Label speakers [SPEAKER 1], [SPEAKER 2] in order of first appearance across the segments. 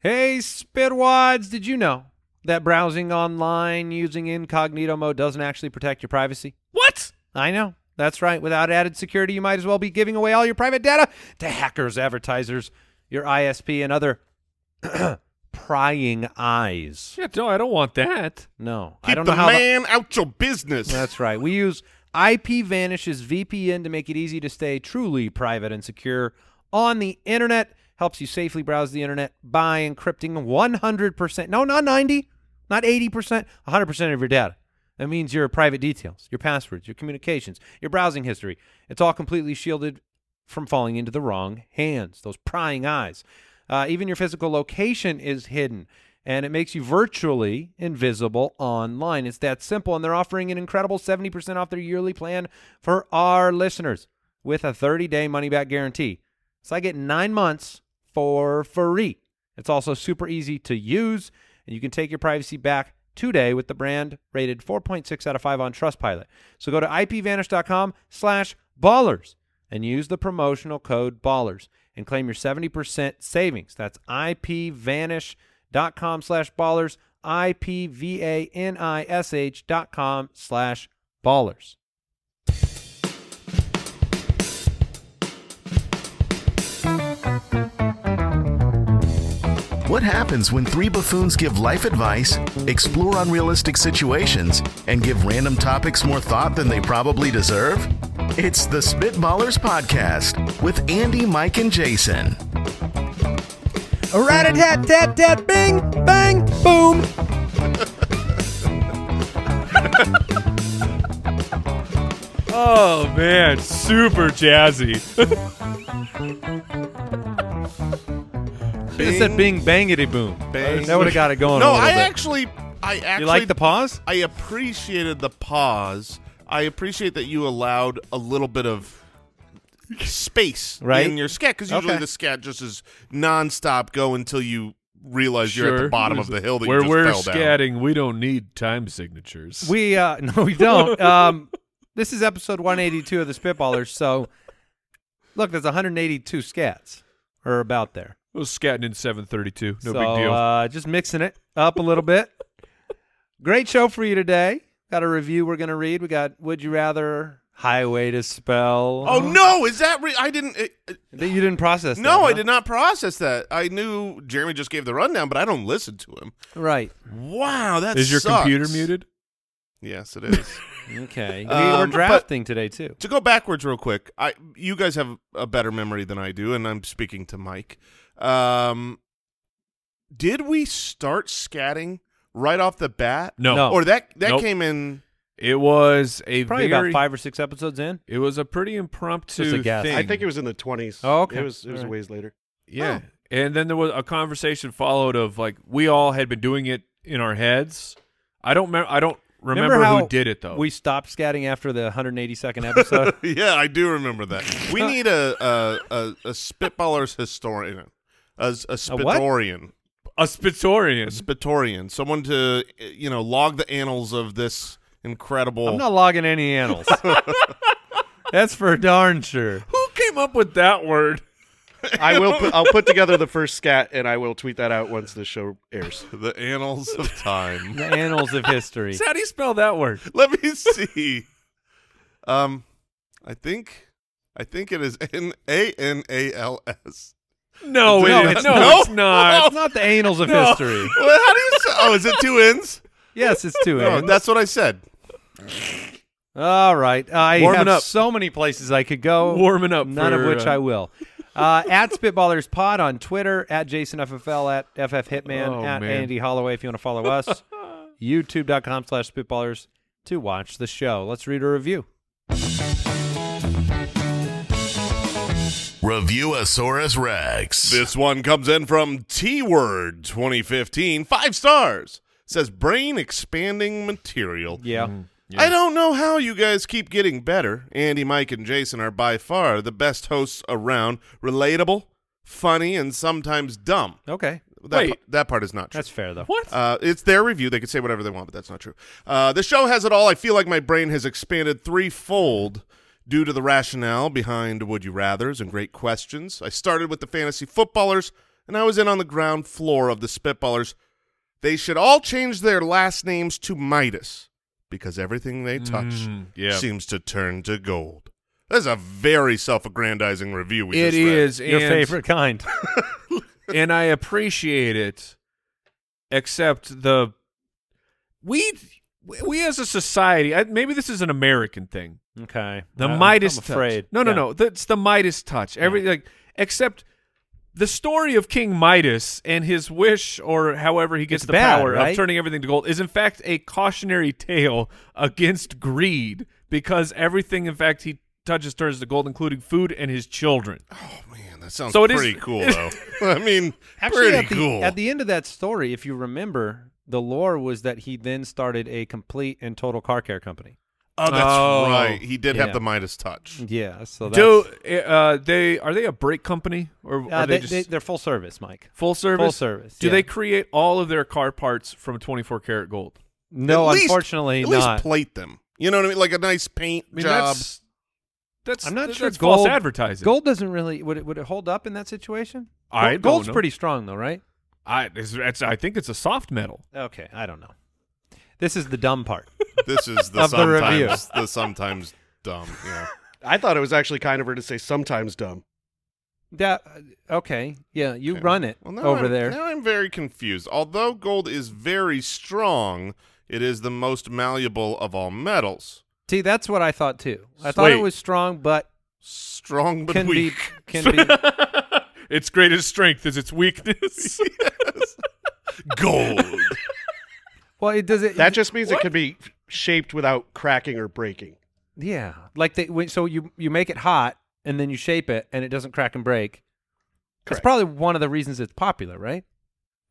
[SPEAKER 1] Hey, Spitwads, did you know that browsing online using incognito mode doesn't actually protect your privacy?
[SPEAKER 2] What?
[SPEAKER 1] I know. That's right. Without added security, you might as well be giving away all your private data to hackers, advertisers, your ISP, and other prying eyes.
[SPEAKER 2] Yeah, no, I don't want that.
[SPEAKER 1] No,
[SPEAKER 3] Get
[SPEAKER 1] I don't
[SPEAKER 3] the
[SPEAKER 1] know how. the-
[SPEAKER 3] man out your business.
[SPEAKER 1] That's right. We use IP Vanish's VPN to make it easy to stay truly private and secure on the internet. Helps you safely browse the internet by encrypting 100%. No, not 90, not 80%, 100% of your data. That means your private details, your passwords, your communications, your browsing history. It's all completely shielded from falling into the wrong hands, those prying eyes. Uh, even your physical location is hidden, and it makes you virtually invisible online. It's that simple, and they're offering an incredible 70% off their yearly plan for our listeners with a 30 day money back guarantee. So I get nine months for free. It's also super easy to use, and you can take your privacy back today with the brand rated 4.6 out of 5 on Trustpilot. So go to ipvanish.com slash ballers and use the promotional code ballers and claim your 70% savings. That's ipvanish.com slash ballers, I-P-V-A-N-I-S-H dot com slash ballers.
[SPEAKER 4] What happens when three buffoons give life advice, explore unrealistic situations, and give random topics more thought than they probably deserve? It's the Spitballers Podcast with Andy, Mike, and Jason.
[SPEAKER 1] Rat a tat tat tat bing bang boom.
[SPEAKER 2] Oh man, super jazzy.
[SPEAKER 1] Should have said bing bangity boom.
[SPEAKER 3] Bang.
[SPEAKER 1] That would have got it going.
[SPEAKER 3] No,
[SPEAKER 1] a little
[SPEAKER 3] I
[SPEAKER 1] bit.
[SPEAKER 3] actually, I actually,
[SPEAKER 1] You like the pause?
[SPEAKER 3] I appreciated the pause. I appreciate that you allowed a little bit of space
[SPEAKER 1] Right.
[SPEAKER 3] in your scat because usually
[SPEAKER 1] Okay.
[SPEAKER 3] the scat just is nonstop go until you realize you're at the bottom of the hill that
[SPEAKER 2] where
[SPEAKER 3] you just
[SPEAKER 2] we're
[SPEAKER 3] fell down.
[SPEAKER 2] scatting, we don't need time signatures.
[SPEAKER 1] We uh no we don't. Um this is episode 182 of the Spitballers, so look, there's 182 scats or about there.
[SPEAKER 2] I was scatting in 732.
[SPEAKER 1] so,
[SPEAKER 2] No big deal.
[SPEAKER 1] Uh, just mixing it up a little bit. Great show for you today. Got a review we're going to read. We got Would You Rather Highway to Spell.
[SPEAKER 3] Oh no! Is that re- I didn't? It, it-
[SPEAKER 1] That you didn't process that,
[SPEAKER 3] no, I
[SPEAKER 1] huh?
[SPEAKER 3] did not process that. I knew Jeremy just gave the rundown, but I don't listen to him.
[SPEAKER 1] Right.
[SPEAKER 3] Wow, that
[SPEAKER 2] Is your
[SPEAKER 3] sucks.
[SPEAKER 2] computer muted?
[SPEAKER 3] Yes, it is.
[SPEAKER 1] Okay. we were
[SPEAKER 3] Um, but-
[SPEAKER 1] drafting today, too.
[SPEAKER 3] to go backwards real quick, I you guys have a better memory than I do, and I'm speaking to Mike. Um, did we start scatting right off the bat?
[SPEAKER 2] No.
[SPEAKER 1] No.
[SPEAKER 3] Or that that
[SPEAKER 2] Nope.
[SPEAKER 3] came in.
[SPEAKER 2] It was a
[SPEAKER 1] Probably
[SPEAKER 2] very,
[SPEAKER 1] about five or six episodes in.
[SPEAKER 2] It was a pretty impromptu
[SPEAKER 1] Just a guess.
[SPEAKER 2] thing.
[SPEAKER 5] I think it was in the 20s.
[SPEAKER 1] Oh, okay.
[SPEAKER 5] It was it was
[SPEAKER 1] All
[SPEAKER 5] a
[SPEAKER 1] right.
[SPEAKER 5] ways later.
[SPEAKER 2] Yeah. And then there was a conversation followed of like we all had been doing it in our heads. I don't remember I don't remember,
[SPEAKER 1] how
[SPEAKER 2] who did it though.
[SPEAKER 1] We stopped scatting after the 182nd episode.
[SPEAKER 3] yeah, I do remember that. We need a a, a, a spitballer's historian, a, a
[SPEAKER 1] what?
[SPEAKER 3] spitorian,
[SPEAKER 2] a Spitorian.
[SPEAKER 3] spitorian, someone to uh, you know log the annals of this incredible.
[SPEAKER 1] I'm not logging any annals. That's for darn sure.
[SPEAKER 2] Who came up with that word?
[SPEAKER 5] I will put, I'll put together the first scat and I will tweet that out once the show airs.
[SPEAKER 3] the annals of time.
[SPEAKER 1] The annals of history.
[SPEAKER 2] How do you spell that word?
[SPEAKER 3] Let me see. Um, I think I think it is N A N A L S.
[SPEAKER 2] No,
[SPEAKER 3] No,
[SPEAKER 2] it
[SPEAKER 3] it's
[SPEAKER 2] is. no,
[SPEAKER 3] not.
[SPEAKER 2] it's not.
[SPEAKER 1] It's not the annals of
[SPEAKER 2] No.
[SPEAKER 1] history.
[SPEAKER 3] Well, how do you? Say, oh, is it two N's?
[SPEAKER 1] Yes, it's two
[SPEAKER 3] No,
[SPEAKER 1] N's.
[SPEAKER 3] that's what I said.
[SPEAKER 1] All right. Uh, I
[SPEAKER 2] Warming
[SPEAKER 1] have
[SPEAKER 2] up.
[SPEAKER 1] so many places I could go.
[SPEAKER 2] Warming up
[SPEAKER 1] None
[SPEAKER 2] for,
[SPEAKER 1] of which
[SPEAKER 2] uh,
[SPEAKER 1] I will. Uh, at Spitballers Pod on Twitter, at JasonFFL, at FF Hitman,
[SPEAKER 2] Oh,
[SPEAKER 1] at
[SPEAKER 2] man.
[SPEAKER 1] Andy Holloway if you want to follow us. YouTube.com slash Spitballers to watch the show. Let's read a review.
[SPEAKER 4] Review Asaurus Rex.
[SPEAKER 3] This one comes in from T Word 2015, five stars. Says brain expanding material.
[SPEAKER 1] Yeah.
[SPEAKER 2] Hmm.
[SPEAKER 3] I don't know how you guys keep getting better. Andy, Mike, and Jason are by far the best hosts around. Relatable, funny, and sometimes dumb.
[SPEAKER 1] Okay.
[SPEAKER 3] That
[SPEAKER 2] Wait.
[SPEAKER 3] pa- that part is not true.
[SPEAKER 1] That's fair, though.
[SPEAKER 2] What?
[SPEAKER 3] Uh, it's their review. They can say whatever they want, but that's not true. Uh, the show has it all. I feel like my brain has expanded threefold due to the rationale behind Would You Rathers and great questions. I started with the fantasy footballers, and I was in on the ground floor of the Spitballers. They should all change their last names to Midas because everything they touch
[SPEAKER 2] Mm, yeah.
[SPEAKER 3] seems to turn to gold. That's a very self-aggrandizing review. We
[SPEAKER 2] It
[SPEAKER 3] just read.
[SPEAKER 2] is
[SPEAKER 1] Your
[SPEAKER 2] and-
[SPEAKER 1] favorite kind.
[SPEAKER 2] and I appreciate it, except the we we as a society. I, maybe this is an American thing.
[SPEAKER 1] okay. Uh,
[SPEAKER 2] The
[SPEAKER 1] I'm-
[SPEAKER 2] Midas
[SPEAKER 1] I'm afraid.
[SPEAKER 2] touch. No, no,
[SPEAKER 1] Yeah.
[SPEAKER 2] no. That's the Midas touch. Every like except the story of King Midas and his wish or however he gets
[SPEAKER 1] It's
[SPEAKER 2] the
[SPEAKER 1] bad,
[SPEAKER 2] power
[SPEAKER 1] right?
[SPEAKER 2] of turning everything to gold is in fact a cautionary tale against greed because everything in fact he touches turns to gold including food and his children.
[SPEAKER 3] Man, that sounds
[SPEAKER 2] So it is-
[SPEAKER 3] pretty cool, though. I mean,
[SPEAKER 1] Actually,
[SPEAKER 3] pretty
[SPEAKER 1] at the,
[SPEAKER 3] cool.
[SPEAKER 1] At the end of that story, if you remember, the lore was that he then started a complete and total car care company.
[SPEAKER 3] oh, that's
[SPEAKER 2] Oh,
[SPEAKER 3] right. He did
[SPEAKER 1] yeah.
[SPEAKER 3] have the Midas touch.
[SPEAKER 1] Yeah. So that's,
[SPEAKER 2] Do uh, they are they a brake company or
[SPEAKER 1] uh,
[SPEAKER 2] are they,
[SPEAKER 1] they,
[SPEAKER 2] just
[SPEAKER 1] are full service, Mike.
[SPEAKER 2] full service?
[SPEAKER 1] Full service.
[SPEAKER 2] Do
[SPEAKER 1] yeah.
[SPEAKER 2] they create all of their car parts from 24 karat gold?
[SPEAKER 1] No,
[SPEAKER 3] At least-
[SPEAKER 1] unfortunately
[SPEAKER 3] at
[SPEAKER 1] not.
[SPEAKER 3] least plate them. You know what I mean? Like a nice paint
[SPEAKER 2] I mean,
[SPEAKER 3] job.
[SPEAKER 2] that's that's
[SPEAKER 1] I'm not
[SPEAKER 2] that's
[SPEAKER 1] sure.
[SPEAKER 2] false
[SPEAKER 1] Gold
[SPEAKER 2] advertising.
[SPEAKER 1] Gold doesn't really would it would it hold up in that situation?
[SPEAKER 2] I
[SPEAKER 1] Gold-
[SPEAKER 2] don't
[SPEAKER 1] gold's
[SPEAKER 2] know.
[SPEAKER 1] pretty strong though, right?
[SPEAKER 2] I it's, it's, I think it's a soft metal.
[SPEAKER 1] Okay, I don't know. This is the dumb part.
[SPEAKER 3] This is the
[SPEAKER 1] Of the review.
[SPEAKER 3] sometimes the, sometimes dumb. Yeah.
[SPEAKER 5] I thought it was actually kind of her to say sometimes dumb.
[SPEAKER 1] that uh, okay, yeah, you run it
[SPEAKER 3] Well, now
[SPEAKER 1] over
[SPEAKER 3] I'm-
[SPEAKER 1] there.
[SPEAKER 3] Now I'm very confused. Although gold is very strong, it is the most malleable of all metals.
[SPEAKER 1] See, that's what I thought too. I thought it
[SPEAKER 2] Sweet.
[SPEAKER 1] was strong, but
[SPEAKER 3] Strong but
[SPEAKER 1] can
[SPEAKER 3] weak.
[SPEAKER 1] be can be
[SPEAKER 2] its greatest strength is its weakness.
[SPEAKER 3] Gold.
[SPEAKER 1] well. It does it
[SPEAKER 5] That just means it can be shaped without cracking or breaking.
[SPEAKER 1] yeah, like they when- so you you make it hot and then you shape it and it doesn't crack and break. That's
[SPEAKER 5] Correct.
[SPEAKER 1] probably one of the reasons it's popular, right?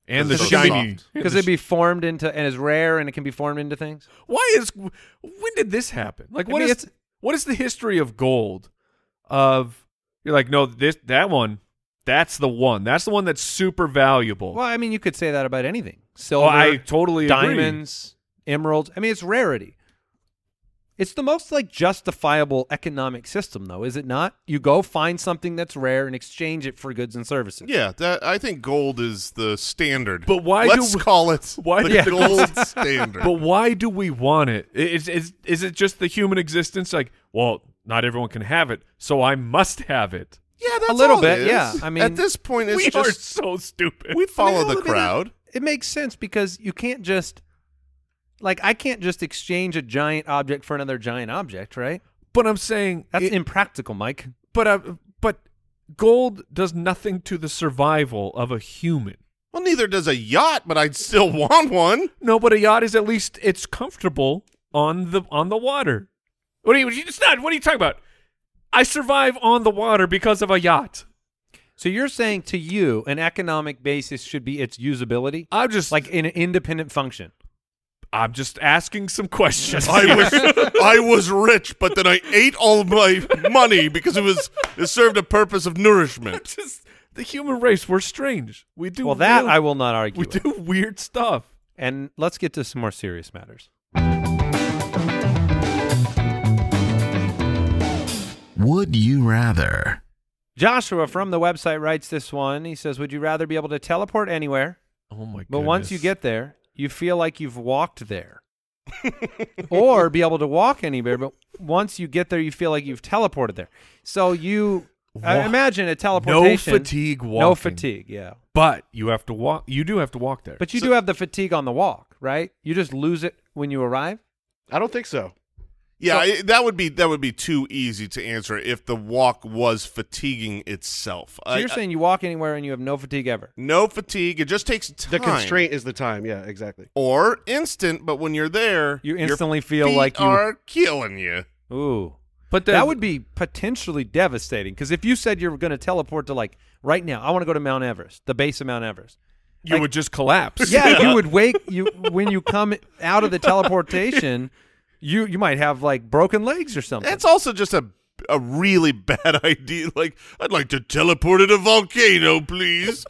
[SPEAKER 2] and the
[SPEAKER 3] It's
[SPEAKER 1] so
[SPEAKER 2] shiny.
[SPEAKER 3] soft.
[SPEAKER 1] Because it'd be formed into and is rare and it can be formed into things.
[SPEAKER 2] Why is when did this happen? Like
[SPEAKER 1] I
[SPEAKER 2] what is
[SPEAKER 1] mean, it's-
[SPEAKER 2] what is the history of gold? Of you're like no this that one that's the one that's the one that's super valuable.
[SPEAKER 1] Well, I mean, you could say that about anything.
[SPEAKER 2] Oh,
[SPEAKER 1] Silver,
[SPEAKER 2] I totally agree.
[SPEAKER 1] diamonds, emeralds. I mean, it's rarity. It's the most like justifiable economic system, though, is it not? You go find something that's rare and exchange it for goods and services.
[SPEAKER 3] yeah, that I think gold is the standard.
[SPEAKER 2] But why do
[SPEAKER 3] Let's
[SPEAKER 2] we-
[SPEAKER 3] call it
[SPEAKER 2] why
[SPEAKER 3] the
[SPEAKER 2] do- Yeah.
[SPEAKER 3] gold standard?
[SPEAKER 2] But why do we want it? I- Is, is is it just the human existence? Like, well, not everyone can have it, so I must have it.
[SPEAKER 3] yeah, that's
[SPEAKER 1] A little
[SPEAKER 3] all it
[SPEAKER 1] bit, yeah.
[SPEAKER 3] is.
[SPEAKER 1] I mean,
[SPEAKER 3] at this point, it's
[SPEAKER 2] we are
[SPEAKER 3] just
[SPEAKER 2] so stupid.
[SPEAKER 3] we
[SPEAKER 1] I mean,
[SPEAKER 3] follow
[SPEAKER 1] well, I
[SPEAKER 3] the
[SPEAKER 1] mean,
[SPEAKER 3] crowd.
[SPEAKER 1] It, it makes sense because you can't just like I can't just exchange a giant object for another giant object, right?
[SPEAKER 2] but I'm saying
[SPEAKER 1] That's
[SPEAKER 2] it-
[SPEAKER 1] impractical, Mike.
[SPEAKER 2] but I, but gold does nothing to the survival of a human.
[SPEAKER 3] Well, neither does a yacht, but I'd still want one.
[SPEAKER 2] No, but a yacht is at least it's comfortable on the on the water. What are you? It's not. What are you talking about? I survive on the water because of a yacht.
[SPEAKER 1] So you're saying to you, an economic basis should be its usability,
[SPEAKER 2] I'm just
[SPEAKER 1] like an independent function.
[SPEAKER 2] I'm just asking some questions.
[SPEAKER 3] I was I was rich, but then I ate all my money because it was it served a purpose of nourishment.
[SPEAKER 2] just the human race. We're strange. We do
[SPEAKER 1] Well, that
[SPEAKER 2] real-
[SPEAKER 1] I will not argue.
[SPEAKER 2] we
[SPEAKER 1] with.
[SPEAKER 2] do weird stuff.
[SPEAKER 1] And let's get to some more serious matters.
[SPEAKER 4] Would you rather?
[SPEAKER 1] Joshua from the website writes this one. He says, "Would you rather be able to teleport anywhere,
[SPEAKER 2] Oh my god!
[SPEAKER 1] but once you get there, you feel like you've walked there, or be able to walk anywhere, but once you get there, you feel like you've teleported there." So you I
[SPEAKER 2] Wa-
[SPEAKER 1] imagine a
[SPEAKER 2] no
[SPEAKER 1] teleportation,
[SPEAKER 2] fatigue, walking.
[SPEAKER 1] no fatigue, yeah.
[SPEAKER 2] but you have to walk. You do have to walk there.
[SPEAKER 1] But you do have the fatigue on the walk, right? You just lose it when you arrive.
[SPEAKER 5] I don't think so.
[SPEAKER 3] Yeah, I, that would be that would be too easy to answer if the walk was fatiguing itself.
[SPEAKER 1] So
[SPEAKER 3] I-
[SPEAKER 1] you're
[SPEAKER 3] I-
[SPEAKER 1] saying you walk anywhere and you have no fatigue ever.
[SPEAKER 3] no fatigue. It just takes time.
[SPEAKER 5] The constraint is the time. Yeah, exactly.
[SPEAKER 3] or instant, but when you're there,
[SPEAKER 1] You
[SPEAKER 3] your
[SPEAKER 1] instantly feel
[SPEAKER 3] feet
[SPEAKER 1] like you-
[SPEAKER 3] are killing you.
[SPEAKER 1] Ooh.
[SPEAKER 2] But
[SPEAKER 1] that would be potentially devastating because if you said you're going to teleport to like right now, I want to go to Mount Everest, the base of Mount Everest.
[SPEAKER 2] you would just collapse.
[SPEAKER 1] Yeah, you would wake you when you come out of the teleportation. You you might have like broken legs or something.
[SPEAKER 3] That's also just a a really bad idea. Like, I'd like to teleport to a volcano, please.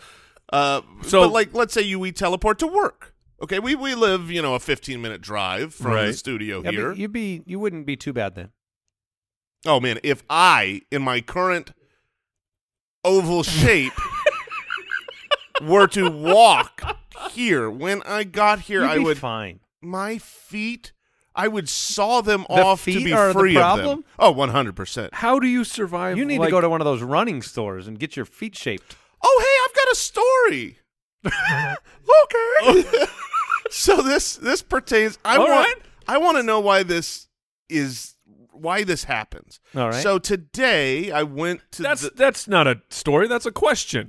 [SPEAKER 3] Uh,
[SPEAKER 2] So-
[SPEAKER 3] but like, let's say you we teleport to work. Okay, we we live you know a 15 minute drive from the
[SPEAKER 2] Right.
[SPEAKER 3] studio
[SPEAKER 1] Yeah, but
[SPEAKER 3] here.
[SPEAKER 1] you'd be you wouldn't be too bad then.
[SPEAKER 3] oh man, if I in my current oval shape were to walk here when I got here,
[SPEAKER 1] You'd
[SPEAKER 3] I
[SPEAKER 1] be
[SPEAKER 3] would
[SPEAKER 1] fine.
[SPEAKER 3] my feet. I would saw them
[SPEAKER 1] The
[SPEAKER 3] off to
[SPEAKER 1] feet
[SPEAKER 3] be
[SPEAKER 1] are the
[SPEAKER 3] free of them.
[SPEAKER 1] problem?
[SPEAKER 3] Oh, one hundred percent.
[SPEAKER 2] How do you survive?
[SPEAKER 1] You need
[SPEAKER 2] like-
[SPEAKER 1] to go to one of those running stores and get your feet shaped.
[SPEAKER 3] Oh, hey, I've got a story. okay. so this this pertains. I
[SPEAKER 2] All
[SPEAKER 3] want
[SPEAKER 2] right.
[SPEAKER 3] I want to know why this is why this happens.
[SPEAKER 1] All right.
[SPEAKER 3] So today I went to
[SPEAKER 2] That's
[SPEAKER 3] the,
[SPEAKER 2] that's not a story. That's a question.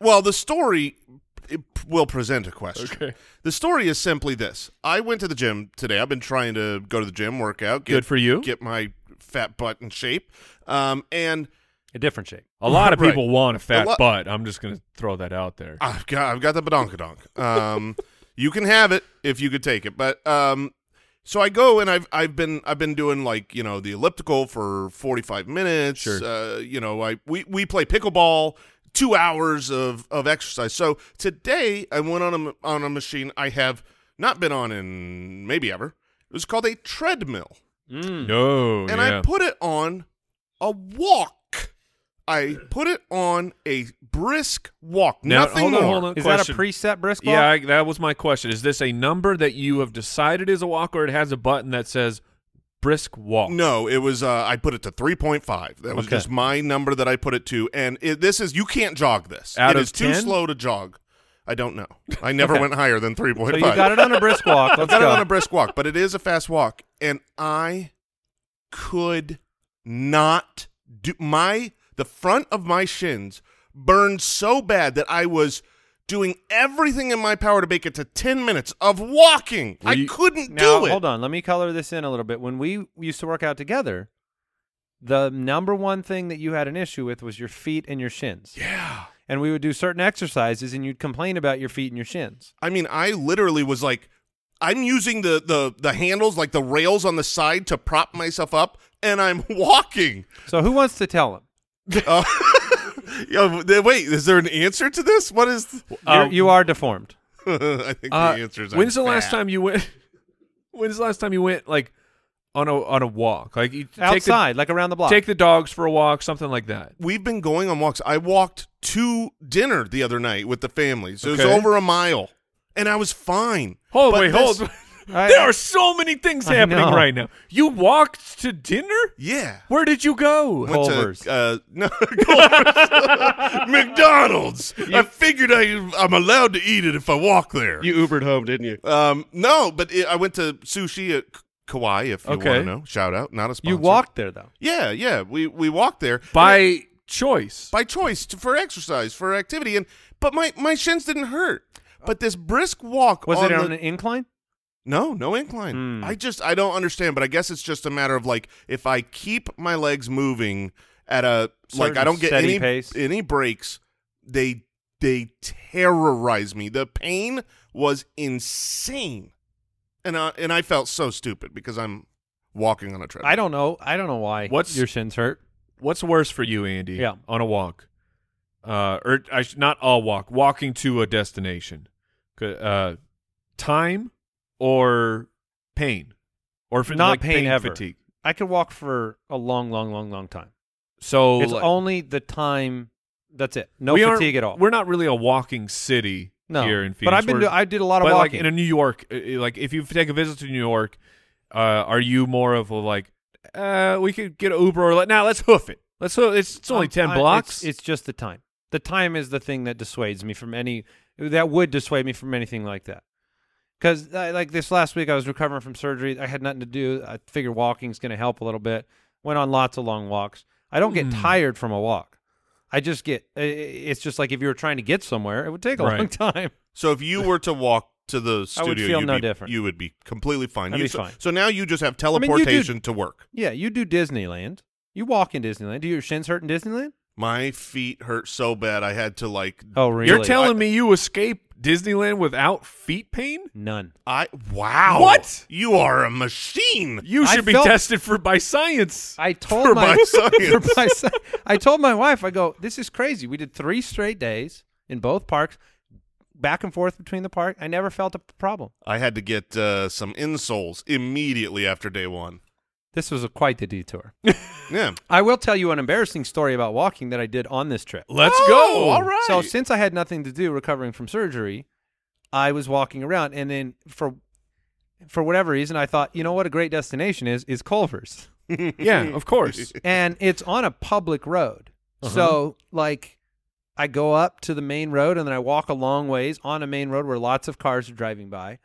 [SPEAKER 3] well the story it p- will present a question.
[SPEAKER 2] Okay.
[SPEAKER 3] The story is simply this: I went to the gym today. I've been trying to go to the gym, work out, get,
[SPEAKER 2] Good for you.
[SPEAKER 3] get my fat butt in shape, um, and
[SPEAKER 1] A different shape.
[SPEAKER 2] A lot of
[SPEAKER 3] Right.
[SPEAKER 2] people want a fat
[SPEAKER 3] A lot-
[SPEAKER 2] butt. I'm just gonna throw that out there.
[SPEAKER 3] I've got I've got the badonkadonk. Um, you can have it if you could take it. But um, so I go and I've I've been I've been doing like you know the elliptical for forty five minutes.
[SPEAKER 2] Sure.
[SPEAKER 3] Uh, you know I we we play pickleball. Two hours of, of exercise. So today I went on a m- on a machine I have not been on in maybe ever. It was called a treadmill,
[SPEAKER 2] Hmm. No,
[SPEAKER 3] and
[SPEAKER 2] Oh, yeah.
[SPEAKER 3] I put it on a walk. I put it on a brisk walk.
[SPEAKER 2] Now,
[SPEAKER 3] Nothing
[SPEAKER 2] hold on,
[SPEAKER 3] more.
[SPEAKER 2] hold on.
[SPEAKER 1] Is
[SPEAKER 2] Question.
[SPEAKER 1] that a preset brisk walk?
[SPEAKER 2] yeah, I, that was my question. Is this a number that you have decided is a walk, or it has a button that says brisk walk?
[SPEAKER 3] No, it was. Uh, I put it to three point five. That was
[SPEAKER 1] Oh. Okay.
[SPEAKER 3] just my number that I put it to, and it, this is you can't jog this.
[SPEAKER 2] Out
[SPEAKER 3] it
[SPEAKER 2] of
[SPEAKER 3] is too
[SPEAKER 2] 10?
[SPEAKER 3] slow to jog. I don't know. I never went higher than three point
[SPEAKER 1] so
[SPEAKER 3] five.
[SPEAKER 1] you got it on a brisk walk. Let's
[SPEAKER 3] got it
[SPEAKER 1] go.
[SPEAKER 3] on a brisk walk, but it is a fast walk, and I could not do my the front of my shins burned so bad that I was doing everything in my power to make it to ten minutes of walking.
[SPEAKER 2] Were
[SPEAKER 3] I
[SPEAKER 2] you-
[SPEAKER 3] couldn't
[SPEAKER 1] now,
[SPEAKER 3] do it.
[SPEAKER 1] hold on. Let me color this in a little bit. When we used to work out together, the number one thing that you had an issue with was your feet and your shins. Yeah. And we would do certain exercises, and you'd complain about your feet and your shins.
[SPEAKER 3] I mean, I literally was like, I'm using the the the handles like the rails on the side to prop myself up, and I'm walking.
[SPEAKER 1] So who wants to tell him?
[SPEAKER 3] Uh, yo, th- wait, is there an answer to this? What is? th-
[SPEAKER 2] Uh,
[SPEAKER 1] You're- you are deformed.
[SPEAKER 3] I think
[SPEAKER 2] Uh,
[SPEAKER 3] the answer is. I'm
[SPEAKER 2] when's the last
[SPEAKER 3] fat.
[SPEAKER 2] time you went? When's the last time you went like on a on a walk? Like you take the,
[SPEAKER 1] Outside, like around the block.
[SPEAKER 2] take the dogs for a walk, something like that.
[SPEAKER 3] We've been going on walks. I walked to dinner the other night with the family, so it
[SPEAKER 2] Okay.
[SPEAKER 3] was over a mile, and I was fine.
[SPEAKER 2] Hold
[SPEAKER 3] But
[SPEAKER 2] wait,
[SPEAKER 3] this-
[SPEAKER 2] hold.
[SPEAKER 1] I-
[SPEAKER 2] there are so many things
[SPEAKER 1] I
[SPEAKER 2] happening
[SPEAKER 1] know.
[SPEAKER 2] right now. You walked to dinner.
[SPEAKER 3] Yeah.
[SPEAKER 2] Where did you go?
[SPEAKER 3] Went
[SPEAKER 1] Culver's.
[SPEAKER 3] to uh, no Culver's. McDonald's. I figured I I'm allowed to eat it if I walk there.
[SPEAKER 5] You Ubered home, didn't you?
[SPEAKER 3] Um, no, but it, I went to sushi at K- Kauai. If you
[SPEAKER 2] Okay.
[SPEAKER 3] want to know, shout out, not a sponsor.
[SPEAKER 1] you walked there though.
[SPEAKER 3] Yeah, yeah. We we walked there
[SPEAKER 2] By
[SPEAKER 3] And it-
[SPEAKER 2] choice.
[SPEAKER 3] by choice to, for exercise for activity, and but my my shins didn't hurt. But this brisk walk
[SPEAKER 1] Was
[SPEAKER 3] on
[SPEAKER 1] it
[SPEAKER 3] the-
[SPEAKER 1] on an incline?
[SPEAKER 3] no no incline.
[SPEAKER 1] Hmm.
[SPEAKER 3] I just I don't understand, but I guess it's just a matter of like if I keep my legs moving at a like I
[SPEAKER 1] Certain
[SPEAKER 3] don't get
[SPEAKER 1] steady
[SPEAKER 3] any
[SPEAKER 1] pace.
[SPEAKER 3] any breaks. They they terrorize me. The pain was insane, and I and I felt so stupid because I'm walking on a treadmill.
[SPEAKER 1] I don't know. I don't know why
[SPEAKER 2] What's-
[SPEAKER 1] your shins hurt.
[SPEAKER 2] What's worse for you, Andy?
[SPEAKER 1] Yeah.
[SPEAKER 2] on a walk, uh, or I sh- not all walk, walking to a destination, C- uh, time or pain, or fa-
[SPEAKER 1] Not
[SPEAKER 2] like
[SPEAKER 1] pain ever.
[SPEAKER 2] fatigue.
[SPEAKER 1] I could walk for a long, long, long, long time.
[SPEAKER 2] So
[SPEAKER 1] it's
[SPEAKER 2] like,
[SPEAKER 1] only the time. That's it. No
[SPEAKER 2] we aren't-
[SPEAKER 1] fatigue at all.
[SPEAKER 2] We're not really a walking city
[SPEAKER 1] no.
[SPEAKER 2] here in Phoenix.
[SPEAKER 1] but I've been.
[SPEAKER 2] We're-
[SPEAKER 1] Do, I did a lot of
[SPEAKER 2] but,
[SPEAKER 1] walking.
[SPEAKER 2] Like in a New York, uh, uh, like if you take a visit to New York, uh, are you more of a like, uh, we could get an Uber or let now let's hoof it. Let's hoof, it's it's only
[SPEAKER 1] Um,
[SPEAKER 2] ten
[SPEAKER 1] I-
[SPEAKER 2] blocks.
[SPEAKER 1] It's, it's just the time. The time is the thing that dissuades me from any. That would dissuade me from anything like that. Because like this last week, I was recovering from surgery. I had nothing to do. I figured walking's going to help a little bit. Went on lots of long walks. I don't get
[SPEAKER 2] Hmm.
[SPEAKER 1] tired from a walk. I just get. i- i- It's just like if you were trying to get somewhere, it would take a
[SPEAKER 2] Right.
[SPEAKER 1] long time.
[SPEAKER 3] So if you were to walk to the
[SPEAKER 1] I
[SPEAKER 3] studio,
[SPEAKER 1] would feel
[SPEAKER 3] you'd
[SPEAKER 1] no
[SPEAKER 3] be,
[SPEAKER 1] different.
[SPEAKER 3] You would be completely fine.
[SPEAKER 1] I'd
[SPEAKER 3] You-
[SPEAKER 1] be
[SPEAKER 3] so,
[SPEAKER 1] fine.
[SPEAKER 3] so now you just have
[SPEAKER 1] mean, you do-
[SPEAKER 3] teleportation to work.
[SPEAKER 1] Yeah, you do Disneyland. You walk in Disneyland. Do your shins hurt in Disneyland?
[SPEAKER 3] My feet hurt so bad I had to like
[SPEAKER 1] Oh, really?
[SPEAKER 2] You're telling me you escape Disneyland without feet pain?
[SPEAKER 1] none.
[SPEAKER 3] I wow.
[SPEAKER 2] What?
[SPEAKER 3] You are a machine.
[SPEAKER 2] You
[SPEAKER 1] I
[SPEAKER 2] should be
[SPEAKER 1] felt-
[SPEAKER 2] tested for by science.
[SPEAKER 1] I told
[SPEAKER 3] For
[SPEAKER 1] my,
[SPEAKER 3] my science.
[SPEAKER 1] for my sci- I told my wife, I go, this is crazy. We did three straight days in both parks, back and forth between the park. I never felt a problem.
[SPEAKER 3] I had to get uh, some insoles immediately after day one.
[SPEAKER 1] This was a, quite the detour.
[SPEAKER 3] Yeah.
[SPEAKER 1] I will tell you an embarrassing story about walking that I did on this trip.
[SPEAKER 2] Let's
[SPEAKER 3] Oh,
[SPEAKER 2] go.
[SPEAKER 3] all right.
[SPEAKER 1] So since I had nothing to do recovering from surgery, I was walking around, and then for for whatever reason, I thought, you know what, a great destination is is Culver's,
[SPEAKER 2] Yeah, of course.
[SPEAKER 1] and it's on a public road.
[SPEAKER 2] Uh-huh.
[SPEAKER 1] So like, I go up to the main road, and then I walk a long ways on a main road where lots of cars are driving by,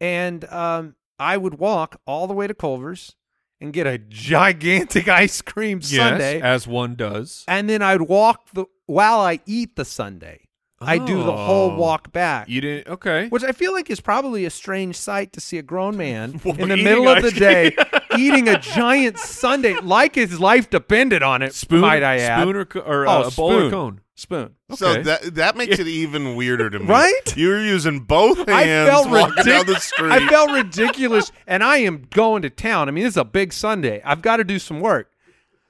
[SPEAKER 1] and um, I would walk all the way to Culver's and get a gigantic ice cream
[SPEAKER 2] yes,
[SPEAKER 1] sundae
[SPEAKER 2] as one does.
[SPEAKER 1] and then I'd walk the while I eat the Sunday. I do the whole
[SPEAKER 2] Oh.
[SPEAKER 1] walk back,
[SPEAKER 2] You didn't. Okay.
[SPEAKER 1] which I feel like is probably a strange sight to see a grown man
[SPEAKER 2] Well,
[SPEAKER 1] in the
[SPEAKER 2] eating
[SPEAKER 1] middle of the
[SPEAKER 2] ice
[SPEAKER 1] day
[SPEAKER 2] cream.
[SPEAKER 1] eating a giant Sunday, like his life depended on it.
[SPEAKER 2] Spoon.
[SPEAKER 1] might I add?
[SPEAKER 2] spoon or, co- or
[SPEAKER 1] Oh,
[SPEAKER 2] uh, a bowl or
[SPEAKER 1] spoon.
[SPEAKER 2] cone.
[SPEAKER 1] spoon.
[SPEAKER 3] So
[SPEAKER 2] Okay.
[SPEAKER 3] that that makes it even weirder to me.
[SPEAKER 1] Right?
[SPEAKER 3] You're using both
[SPEAKER 1] I
[SPEAKER 3] hands
[SPEAKER 1] felt
[SPEAKER 3] walking down the
[SPEAKER 1] ridiculous.
[SPEAKER 3] street.
[SPEAKER 1] I felt ridiculous, and I am going to town. I mean, this is a big Sunday. I've got to do some work,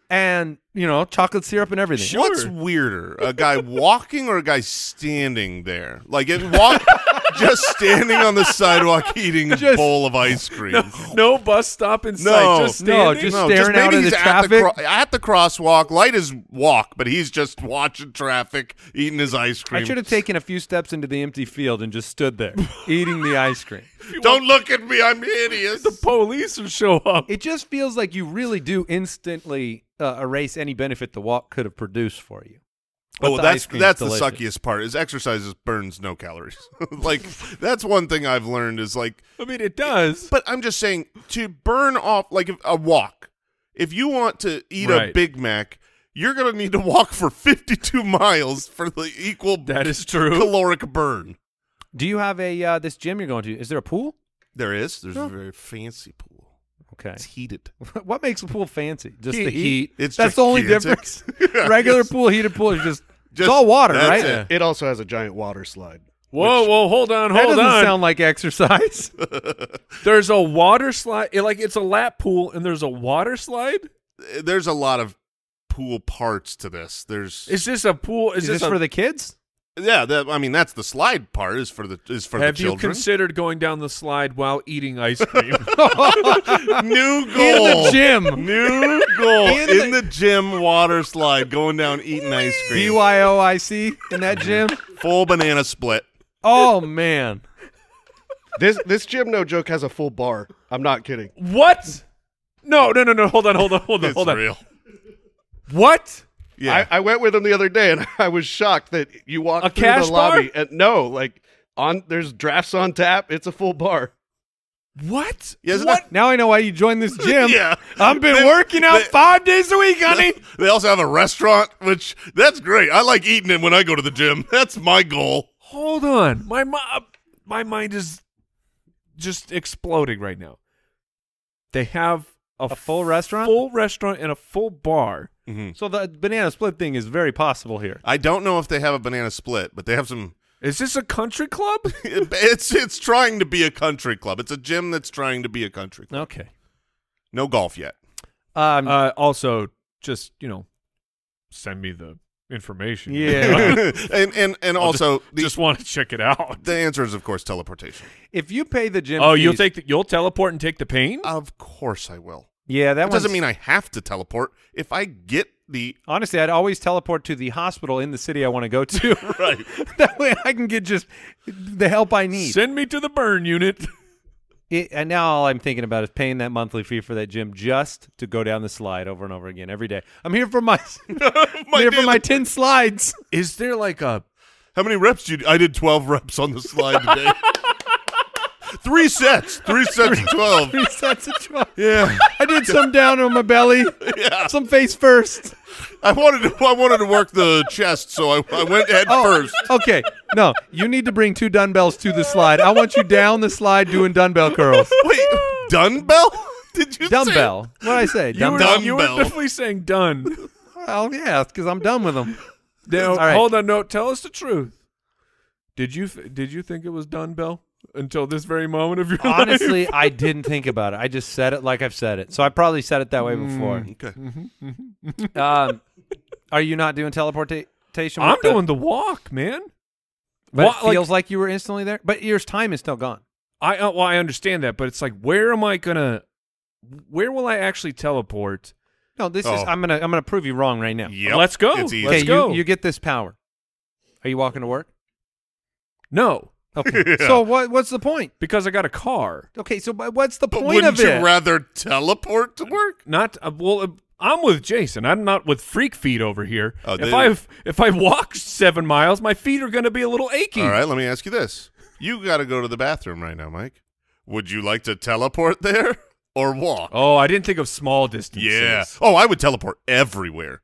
[SPEAKER 1] and you know, chocolate syrup and everything.
[SPEAKER 3] What's weirder, a guy walking or a guy standing there? Like it walk, just standing on the sidewalk eating a
[SPEAKER 1] Just-
[SPEAKER 3] bowl of ice cream.
[SPEAKER 2] No bus stop in
[SPEAKER 3] No.
[SPEAKER 2] sight. Just
[SPEAKER 1] No,
[SPEAKER 2] standing.
[SPEAKER 1] just- staring out
[SPEAKER 3] maybe
[SPEAKER 1] at
[SPEAKER 3] he's
[SPEAKER 1] the
[SPEAKER 3] at
[SPEAKER 1] traffic.
[SPEAKER 3] cro- at the crosswalk, light his walk, but he's just watching traffic, eating his ice cream.
[SPEAKER 1] I should have taken a few steps into the empty field and just stood there eating the ice cream.
[SPEAKER 3] Don't look at me, I'm hideous.
[SPEAKER 2] police will show up.
[SPEAKER 1] It just feels like you really do instantly uh, erase any benefit the walk could have produced for you. But
[SPEAKER 3] Oh, well,
[SPEAKER 1] the
[SPEAKER 3] that's
[SPEAKER 1] ice cream's
[SPEAKER 3] that's
[SPEAKER 1] delicious.
[SPEAKER 3] the suckiest part. Is exercise burns no calories. like that's one thing I've learned is like
[SPEAKER 2] I mean, it does.
[SPEAKER 3] But I'm just saying to burn off like if- a walk. If you want to eat a
[SPEAKER 2] Right.
[SPEAKER 3] Big Mac, you're gonna need to walk for 52 miles for the equal
[SPEAKER 2] That is true.
[SPEAKER 3] caloric burn.
[SPEAKER 1] Do you have a uh, this gym you're going to? Is there a pool?
[SPEAKER 3] There is. There's a very fancy pool.
[SPEAKER 1] Okay.
[SPEAKER 3] It's heated.
[SPEAKER 1] what makes a pool fancy? Just the
[SPEAKER 3] Heat.
[SPEAKER 1] heat.
[SPEAKER 3] It's
[SPEAKER 1] that's the only
[SPEAKER 3] gigantic.
[SPEAKER 1] difference.
[SPEAKER 3] Yeah,
[SPEAKER 1] Regular
[SPEAKER 3] yes.
[SPEAKER 1] pool, heated pool is just, it's
[SPEAKER 3] Just-
[SPEAKER 1] all water,
[SPEAKER 3] that's
[SPEAKER 1] right?
[SPEAKER 3] it.
[SPEAKER 5] It also has a giant water slide.
[SPEAKER 2] Whoa, whoa, hold on,
[SPEAKER 1] That
[SPEAKER 2] hold
[SPEAKER 1] doesn't
[SPEAKER 2] on.
[SPEAKER 1] sound like exercise.
[SPEAKER 2] there's a water slide. it- like it's a lap pool, and there's a water slide.
[SPEAKER 3] There's a lot of pool parts to this. There's
[SPEAKER 2] Is this a pool? Is,
[SPEAKER 1] Is this
[SPEAKER 2] a-
[SPEAKER 1] for the kids?
[SPEAKER 3] yeah. That, I mean, that's the slide part is for the is for
[SPEAKER 2] Have
[SPEAKER 3] the
[SPEAKER 2] you
[SPEAKER 3] children.
[SPEAKER 2] considered going down the slide while eating ice cream?
[SPEAKER 3] New
[SPEAKER 1] In
[SPEAKER 3] goal.
[SPEAKER 1] the gym.
[SPEAKER 3] New goal
[SPEAKER 1] In
[SPEAKER 3] in,
[SPEAKER 1] the-
[SPEAKER 3] the gym water slide, going down eating ice cream.
[SPEAKER 1] BYOIC in that gym.
[SPEAKER 3] Full banana split.
[SPEAKER 1] Oh man.
[SPEAKER 5] This this gym, no joke, has a full bar. I'm not kidding.
[SPEAKER 2] what? No, no, no, no. Hold on, hold on, hold on,
[SPEAKER 3] It's
[SPEAKER 2] hold on.
[SPEAKER 3] real.
[SPEAKER 2] What?
[SPEAKER 3] Yeah.
[SPEAKER 5] I, I went with him the other day, and I was shocked that you walked
[SPEAKER 2] A
[SPEAKER 5] through
[SPEAKER 2] cash
[SPEAKER 5] the
[SPEAKER 2] bar?
[SPEAKER 5] lobby and no, like on there's drafts on tap. It's a full bar.
[SPEAKER 2] What?
[SPEAKER 3] Yes, isn't
[SPEAKER 2] what?
[SPEAKER 1] Now I know why you joined this gym.
[SPEAKER 3] Yeah.
[SPEAKER 1] I've been
[SPEAKER 3] They-
[SPEAKER 1] working out
[SPEAKER 3] they-
[SPEAKER 1] five days a week, Uh, honey.
[SPEAKER 3] They also have a restaurant, which that's great. I like eating it when I go to the gym. That's my goal.
[SPEAKER 2] Hold on. My mi- uh, my mind is just exploding right now. They have a,
[SPEAKER 1] A full restaurant?
[SPEAKER 2] full restaurant and a full bar.
[SPEAKER 1] So the banana split thing is very possible here.
[SPEAKER 3] I don't know if they have a banana split, but they have some.
[SPEAKER 2] Is this a country club?
[SPEAKER 3] It's it's trying to be a country club. It's a gym that's trying to be a country. club.
[SPEAKER 1] Okay.
[SPEAKER 3] No golf yet.
[SPEAKER 1] Um,
[SPEAKER 2] Uh, also, just you know, send me the information.
[SPEAKER 1] Yeah.
[SPEAKER 3] and and and
[SPEAKER 2] I'll
[SPEAKER 3] also the,
[SPEAKER 2] just want to check it out.
[SPEAKER 3] the answer is of course teleportation.
[SPEAKER 1] if you pay the gym,
[SPEAKER 2] Oh, you'll
[SPEAKER 1] fees-
[SPEAKER 2] take the, you'll teleport and take the pain.
[SPEAKER 3] Of course I will.
[SPEAKER 1] Yeah, that
[SPEAKER 3] That doesn't
[SPEAKER 1] one's-
[SPEAKER 3] mean I have to teleport. If I get the
[SPEAKER 1] Honestly, I'd always teleport to the hospital in the city I want to go to.
[SPEAKER 3] right,
[SPEAKER 1] that way, I can get just the help I need.
[SPEAKER 2] Send me to the burn unit.
[SPEAKER 1] It- and now all I'm thinking about is paying that monthly fee for that gym just to go down the slide over and over again every day. I'm here for my, I'm here for my ten slides.
[SPEAKER 2] Is there like a
[SPEAKER 3] How many reps did you I did 12 reps on the slide today. three sets. Three sets of 12.
[SPEAKER 1] Three sets of twelve.
[SPEAKER 3] Yeah.
[SPEAKER 1] I did some down on my belly,
[SPEAKER 3] Yeah.
[SPEAKER 1] some face first.
[SPEAKER 3] I wanted to I wanted to work the chest, so I, I went head
[SPEAKER 1] Oh.
[SPEAKER 3] first.
[SPEAKER 1] Okay. No, you need to bring two dumbbells to the slide. I want you down the slide doing dumbbell curls.
[SPEAKER 3] Wait, dumbbell? Did you say-
[SPEAKER 1] Dumbbell. What did I say?
[SPEAKER 2] you were,
[SPEAKER 1] Dumbbell.
[SPEAKER 2] you were
[SPEAKER 3] Dumbbell.
[SPEAKER 2] definitely saying done.
[SPEAKER 1] Oh yeah, because I'm done with them.
[SPEAKER 2] now,
[SPEAKER 1] All right.
[SPEAKER 2] hold on. No, tell us the truth. Did you f- did you think it was done, Bell? Until this very moment of your life.
[SPEAKER 1] Honestly, I didn't think about it. I just said it like I've said it. So I probably said it that way
[SPEAKER 2] Mm,
[SPEAKER 1] before.
[SPEAKER 2] Mm-hmm,
[SPEAKER 3] Okay.
[SPEAKER 1] Um, are you not doing teleportation?
[SPEAKER 2] I'm
[SPEAKER 1] with the-
[SPEAKER 2] doing the walk, man.
[SPEAKER 1] But
[SPEAKER 2] Wa-
[SPEAKER 1] it
[SPEAKER 2] like-
[SPEAKER 1] feels like, you were instantly there. But your time is still gone.
[SPEAKER 2] I uh, well, I understand that, but it's like, where am I gonna? where will I actually teleport?
[SPEAKER 1] No, this is
[SPEAKER 3] Oh.
[SPEAKER 1] I'm gonna I'm gonna prove you wrong right now.
[SPEAKER 3] Yep,
[SPEAKER 2] Let's go.
[SPEAKER 3] It's easy.
[SPEAKER 2] Let's
[SPEAKER 1] okay,
[SPEAKER 2] go.
[SPEAKER 1] you you get this power. Are you walking to work?
[SPEAKER 2] no,
[SPEAKER 1] Okay. So what what's the point?
[SPEAKER 2] because I got a car.
[SPEAKER 1] Okay, so but what's the
[SPEAKER 3] But
[SPEAKER 1] point
[SPEAKER 3] wouldn't
[SPEAKER 1] of
[SPEAKER 3] you
[SPEAKER 1] it?
[SPEAKER 3] rather teleport to work?
[SPEAKER 2] Not uh, well. Uh, I'm with Jason. I'm not with freak feet over here.
[SPEAKER 3] Oh,
[SPEAKER 2] if
[SPEAKER 3] they-
[SPEAKER 2] I if I walk seven miles, my feet are going to be a little achy.
[SPEAKER 3] All right, let me ask you this. You got to go to the bathroom right now, Mike. Would you like to teleport there or walk?
[SPEAKER 2] Oh, I didn't think of small distances.
[SPEAKER 3] yeah. Oh, I would teleport everywhere.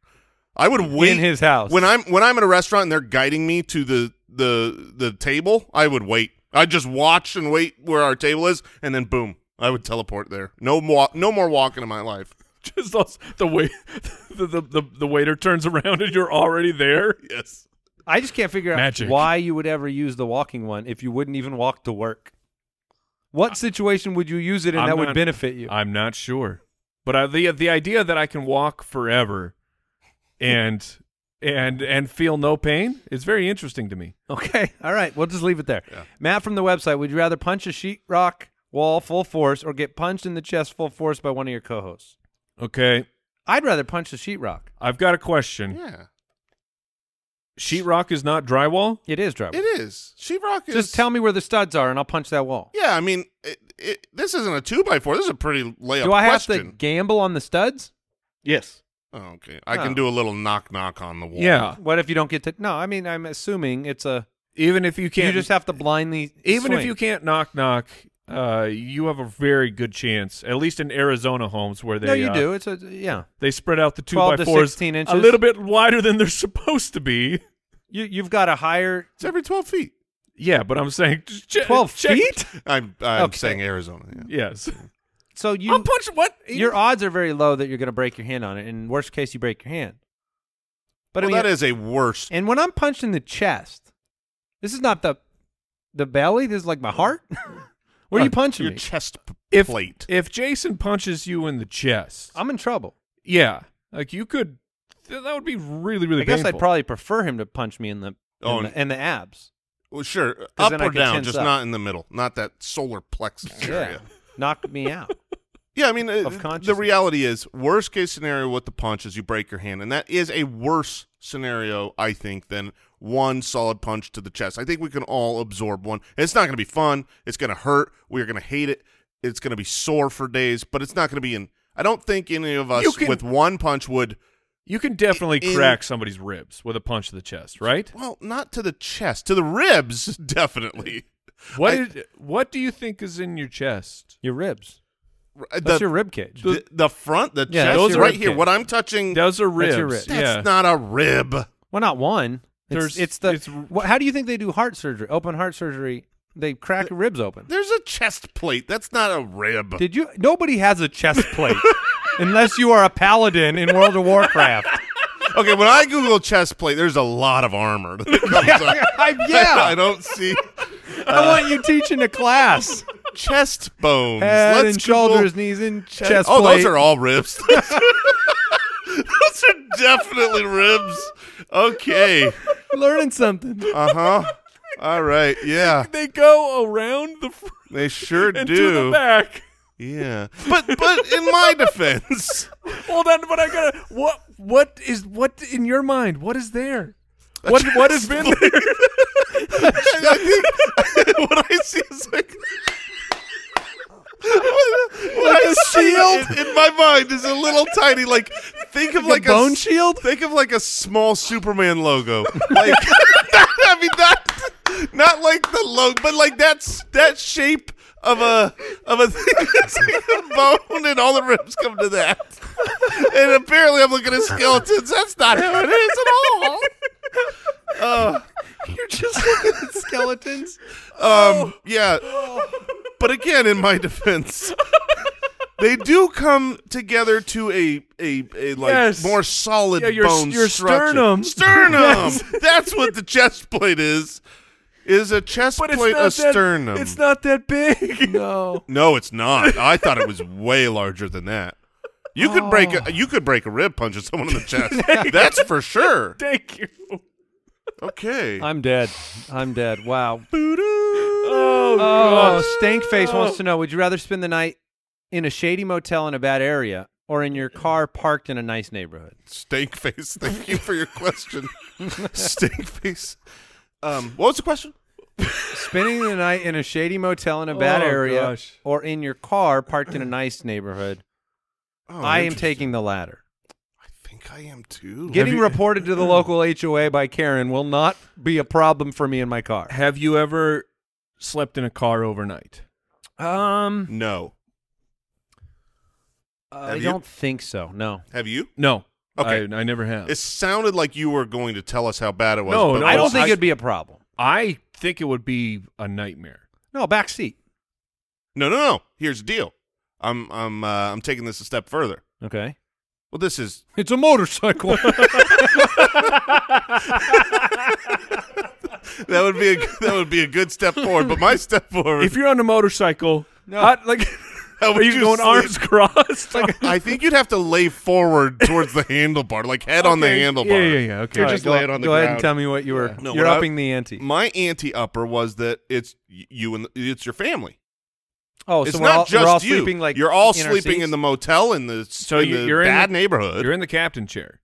[SPEAKER 3] I would wait
[SPEAKER 1] in his house.
[SPEAKER 3] when I'm when I'm in a restaurant and they're guiding me to the the the table, I would wait. I'd just watch and wait where our table is and then boom, I would teleport there. No more no more walking in my life.
[SPEAKER 2] Just those, the way the, the, the the waiter turns around and you're already there.
[SPEAKER 3] Yes.
[SPEAKER 1] I just can't figure out
[SPEAKER 2] Magic.
[SPEAKER 1] why you would ever use the walking one if you wouldn't even walk to work. What situation would you use it in
[SPEAKER 2] I'm
[SPEAKER 1] that would
[SPEAKER 2] not-
[SPEAKER 1] benefit you?
[SPEAKER 2] I'm not sure, but I, the the idea that I can walk forever and and and feel no pain is very interesting to me.
[SPEAKER 1] Okay. All right. We'll just leave it there. Matt from the website, would you rather punch a sheetrock wall full force or get punched in the chest full force by one of your co hosts?
[SPEAKER 2] Okay,
[SPEAKER 1] I'd rather punch the sheetrock.
[SPEAKER 2] I've got a question.
[SPEAKER 3] Yeah.
[SPEAKER 2] Sheetrock is not drywall.
[SPEAKER 1] It is drywall.
[SPEAKER 3] It is. Sheetrock is
[SPEAKER 1] Just tell me where the studs are and I'll punch that wall.
[SPEAKER 3] Yeah, I mean, it, it, this isn't a two by four. This is a pretty layup
[SPEAKER 1] Do I have
[SPEAKER 3] question.
[SPEAKER 1] to gamble on the studs?
[SPEAKER 5] Yes.
[SPEAKER 3] Oh, okay, I
[SPEAKER 1] Oh.
[SPEAKER 3] can do a little knock knock on the wall.
[SPEAKER 2] Yeah,
[SPEAKER 1] What if you don't get to? No, I mean, I'm assuming it's a.
[SPEAKER 2] even if you can't,
[SPEAKER 1] you just have to blindly.
[SPEAKER 2] even if
[SPEAKER 1] swing.
[SPEAKER 2] you can't knock knock, uh, you have a very good chance. At least in Arizona homes where they
[SPEAKER 1] no, you
[SPEAKER 2] uh,
[SPEAKER 1] do. It's a yeah.
[SPEAKER 2] They spread out the two
[SPEAKER 1] 12
[SPEAKER 2] by
[SPEAKER 1] to
[SPEAKER 2] fours
[SPEAKER 1] 16
[SPEAKER 2] a
[SPEAKER 1] inches.
[SPEAKER 2] little bit wider than they're supposed to be.
[SPEAKER 1] You you've got a higher
[SPEAKER 3] it's every twelve feet.
[SPEAKER 2] Yeah, but I'm saying just che-
[SPEAKER 1] twelve
[SPEAKER 2] check-
[SPEAKER 1] feet.
[SPEAKER 3] I'm, I'm
[SPEAKER 1] Okay.
[SPEAKER 3] saying Arizona. Yeah.
[SPEAKER 2] Yes,
[SPEAKER 1] So you
[SPEAKER 2] I'm punching what
[SPEAKER 1] your odds are very low that you're going to break your hand on it. In worst case, you break your hand. But
[SPEAKER 3] But
[SPEAKER 1] I mean,
[SPEAKER 3] that is a worse.
[SPEAKER 1] and when I'm punched in the chest, this is not the the belly. This is like my heart. Where are you punching
[SPEAKER 3] uh, your
[SPEAKER 1] me?
[SPEAKER 3] chest p-
[SPEAKER 2] if
[SPEAKER 3] plate.
[SPEAKER 2] if Jason punches you in the chest.
[SPEAKER 1] I'm in trouble.
[SPEAKER 2] yeah, like you could. th- that would be really really.
[SPEAKER 1] I guess
[SPEAKER 2] painful.
[SPEAKER 1] I'd probably prefer him to punch me in the in,
[SPEAKER 3] Oh,
[SPEAKER 1] the,
[SPEAKER 3] and-
[SPEAKER 1] in the abs.
[SPEAKER 3] Well, sure, up
[SPEAKER 1] then I
[SPEAKER 3] or
[SPEAKER 1] can
[SPEAKER 3] down,
[SPEAKER 1] tense
[SPEAKER 3] just
[SPEAKER 1] up.
[SPEAKER 3] not in the middle, not that solar plexus
[SPEAKER 1] Yeah,
[SPEAKER 3] area.
[SPEAKER 1] knock me out.
[SPEAKER 3] Yeah, I mean, uh,
[SPEAKER 1] Of
[SPEAKER 3] the
[SPEAKER 1] consciousness.
[SPEAKER 3] reality is, worst case scenario with the punch is you break your hand, and that is a worse scenario, I think, than one solid punch to the chest. I think we can all absorb one. It's not going to be fun. It's going to hurt. We're going to hate it. It's going to be sore for days, but it's not going to be in. I don't think any of
[SPEAKER 2] You
[SPEAKER 3] us
[SPEAKER 2] can-
[SPEAKER 3] with one punch would.
[SPEAKER 2] You can definitely
[SPEAKER 3] In-
[SPEAKER 2] crack somebody's ribs with a punch to the chest, right?
[SPEAKER 3] Well, not to the chest, to the ribs, definitely.
[SPEAKER 2] What
[SPEAKER 3] I-
[SPEAKER 2] did- what do you think is in your chest?
[SPEAKER 1] Your ribs.
[SPEAKER 3] R-
[SPEAKER 1] That's
[SPEAKER 3] the,
[SPEAKER 1] your rib cage.
[SPEAKER 3] the, the front, the
[SPEAKER 1] Yeah,
[SPEAKER 3] chest,
[SPEAKER 1] that's
[SPEAKER 3] those
[SPEAKER 1] your
[SPEAKER 3] right
[SPEAKER 1] rib
[SPEAKER 3] here.
[SPEAKER 1] cage.
[SPEAKER 3] What I'm touching,
[SPEAKER 2] Those are ribs.
[SPEAKER 1] That's your ribs.
[SPEAKER 3] that's
[SPEAKER 2] Yeah.
[SPEAKER 3] not a rib.
[SPEAKER 1] Well, not one. It's,
[SPEAKER 2] There's-
[SPEAKER 1] it's the.
[SPEAKER 2] it's-
[SPEAKER 1] wh- how do you think they do heart surgery? Open heart surgery. They crack your ribs open.
[SPEAKER 3] There's a chest plate. That's not a rib.
[SPEAKER 1] Did you? Nobody has a chest plate unless you are a paladin in World of Warcraft.
[SPEAKER 3] Okay, when I Google chest plate, there's a lot of armor. that comes up.
[SPEAKER 1] I,
[SPEAKER 3] I
[SPEAKER 1] yeah,
[SPEAKER 3] don't see
[SPEAKER 1] I want you teaching a class.
[SPEAKER 3] chest bones.
[SPEAKER 1] Head
[SPEAKER 3] Let's
[SPEAKER 1] and
[SPEAKER 3] Google
[SPEAKER 1] shoulders, knees and
[SPEAKER 3] chest-
[SPEAKER 1] chest
[SPEAKER 3] oh,
[SPEAKER 1] plate.
[SPEAKER 3] those are all ribs. those are definitely ribs. Okay.
[SPEAKER 1] learning something.
[SPEAKER 3] Uh huh. All right. Yeah,
[SPEAKER 2] They go around the front
[SPEAKER 3] they sure
[SPEAKER 2] and to the
[SPEAKER 3] do.
[SPEAKER 2] back.
[SPEAKER 3] Yeah, but but in my defense,
[SPEAKER 2] Hold on, but I gotta. What what is what in your mind? What is there? What what has been there?
[SPEAKER 3] what I see is like. What, what I see in, in my mind is a little tiny. Like think of like,
[SPEAKER 1] a bone
[SPEAKER 3] s-
[SPEAKER 1] shield?
[SPEAKER 3] Think of like a small Superman logo. Like I mean that, not like the logo, but like that's that shape of a of a thing. It's like a bone, and all the ribs come to that. And apparently, I'm looking at skeletons. That's not how it is at all.
[SPEAKER 1] Oh.
[SPEAKER 3] Oh.
[SPEAKER 1] You're just looking at skeletons. Oh.
[SPEAKER 3] Um, yeah. But again, in my defense, they do come together to a a, a like
[SPEAKER 2] Yes.
[SPEAKER 3] more solid
[SPEAKER 2] Yeah, your-
[SPEAKER 3] bone
[SPEAKER 2] your
[SPEAKER 3] structure.
[SPEAKER 2] sternum.
[SPEAKER 3] Sternum. That's what the chest plate is. Is a chest
[SPEAKER 2] But it's
[SPEAKER 3] plate
[SPEAKER 2] not
[SPEAKER 3] a
[SPEAKER 2] that,
[SPEAKER 3] sternum?
[SPEAKER 2] It's not that big.
[SPEAKER 1] No.
[SPEAKER 3] no, it's not. I thought it was way larger than that. You could break
[SPEAKER 2] Oh.
[SPEAKER 3] a you could break a rib punching someone in the chest. That's for sure.
[SPEAKER 2] Thank you.
[SPEAKER 3] Okay.
[SPEAKER 1] I'm dead. I'm dead. Wow.
[SPEAKER 2] Oh,
[SPEAKER 1] Oh,
[SPEAKER 2] gosh.
[SPEAKER 1] Stank Face wants to know: Would you rather spend the night in a shady motel in a bad area or in your car parked in a nice neighborhood?
[SPEAKER 3] Stink face. Thank you for your question. Stink face. Um, what was the question?
[SPEAKER 1] Spending the night in a shady motel in a bad
[SPEAKER 2] Oh,
[SPEAKER 1] area
[SPEAKER 2] gosh.
[SPEAKER 1] or in your car parked in a nice neighborhood?
[SPEAKER 3] Oh,
[SPEAKER 1] I am
[SPEAKER 3] interesting.
[SPEAKER 1] taking the latter.
[SPEAKER 3] I think I am too.
[SPEAKER 1] Getting reported to the local HOA by Karen will not be a problem for me in my car.
[SPEAKER 2] Have you ever slept in a car overnight?
[SPEAKER 1] Um,
[SPEAKER 3] no.
[SPEAKER 1] I
[SPEAKER 3] Have you?
[SPEAKER 1] don't think so. No,
[SPEAKER 3] Have you?
[SPEAKER 2] No.
[SPEAKER 3] Okay.
[SPEAKER 2] I, I never have.
[SPEAKER 3] It sounded like you were going to tell us how bad it was.
[SPEAKER 2] No,
[SPEAKER 3] but
[SPEAKER 2] no,
[SPEAKER 1] I
[SPEAKER 2] well,
[SPEAKER 1] don't think
[SPEAKER 2] I-
[SPEAKER 1] it'd be a problem.
[SPEAKER 2] I think it would be a nightmare.
[SPEAKER 1] No, back seat.
[SPEAKER 3] no, no, no. Here's the deal. I'm, I'm, uh, I'm taking this a step further.
[SPEAKER 1] Okay,
[SPEAKER 3] Well, this is
[SPEAKER 1] it's a motorcycle.
[SPEAKER 3] that would be a that would be a good step forward. But my step forward,
[SPEAKER 2] If you're on a motorcycle,
[SPEAKER 1] No.
[SPEAKER 2] I- like,
[SPEAKER 3] How
[SPEAKER 2] are
[SPEAKER 3] would
[SPEAKER 2] you,
[SPEAKER 3] you
[SPEAKER 2] going
[SPEAKER 3] sleep?
[SPEAKER 2] arms crossed?
[SPEAKER 3] I think you'd have to lay forward towards the handlebar, like head on the
[SPEAKER 2] Okay.
[SPEAKER 3] handlebar.
[SPEAKER 2] Yeah, yeah, yeah. Okay.
[SPEAKER 5] You're just
[SPEAKER 1] go
[SPEAKER 5] laying on the
[SPEAKER 1] go
[SPEAKER 5] ground.
[SPEAKER 1] ahead and tell me what you were.
[SPEAKER 3] No,
[SPEAKER 1] you're
[SPEAKER 3] what I-
[SPEAKER 1] upping the ante.
[SPEAKER 3] My anti upper was that it's y- you and it's your family.
[SPEAKER 1] Oh,
[SPEAKER 3] it's
[SPEAKER 1] so we're
[SPEAKER 3] not
[SPEAKER 1] all,
[SPEAKER 3] just
[SPEAKER 1] we're all
[SPEAKER 3] you.
[SPEAKER 1] sleeping like
[SPEAKER 3] you're all
[SPEAKER 1] in our
[SPEAKER 3] sleeping
[SPEAKER 1] seats?
[SPEAKER 3] in the motel in the
[SPEAKER 2] So
[SPEAKER 3] so
[SPEAKER 2] you-
[SPEAKER 3] the
[SPEAKER 2] you're in
[SPEAKER 3] bad
[SPEAKER 2] the-
[SPEAKER 3] neighborhood,
[SPEAKER 2] You're in the captain chair.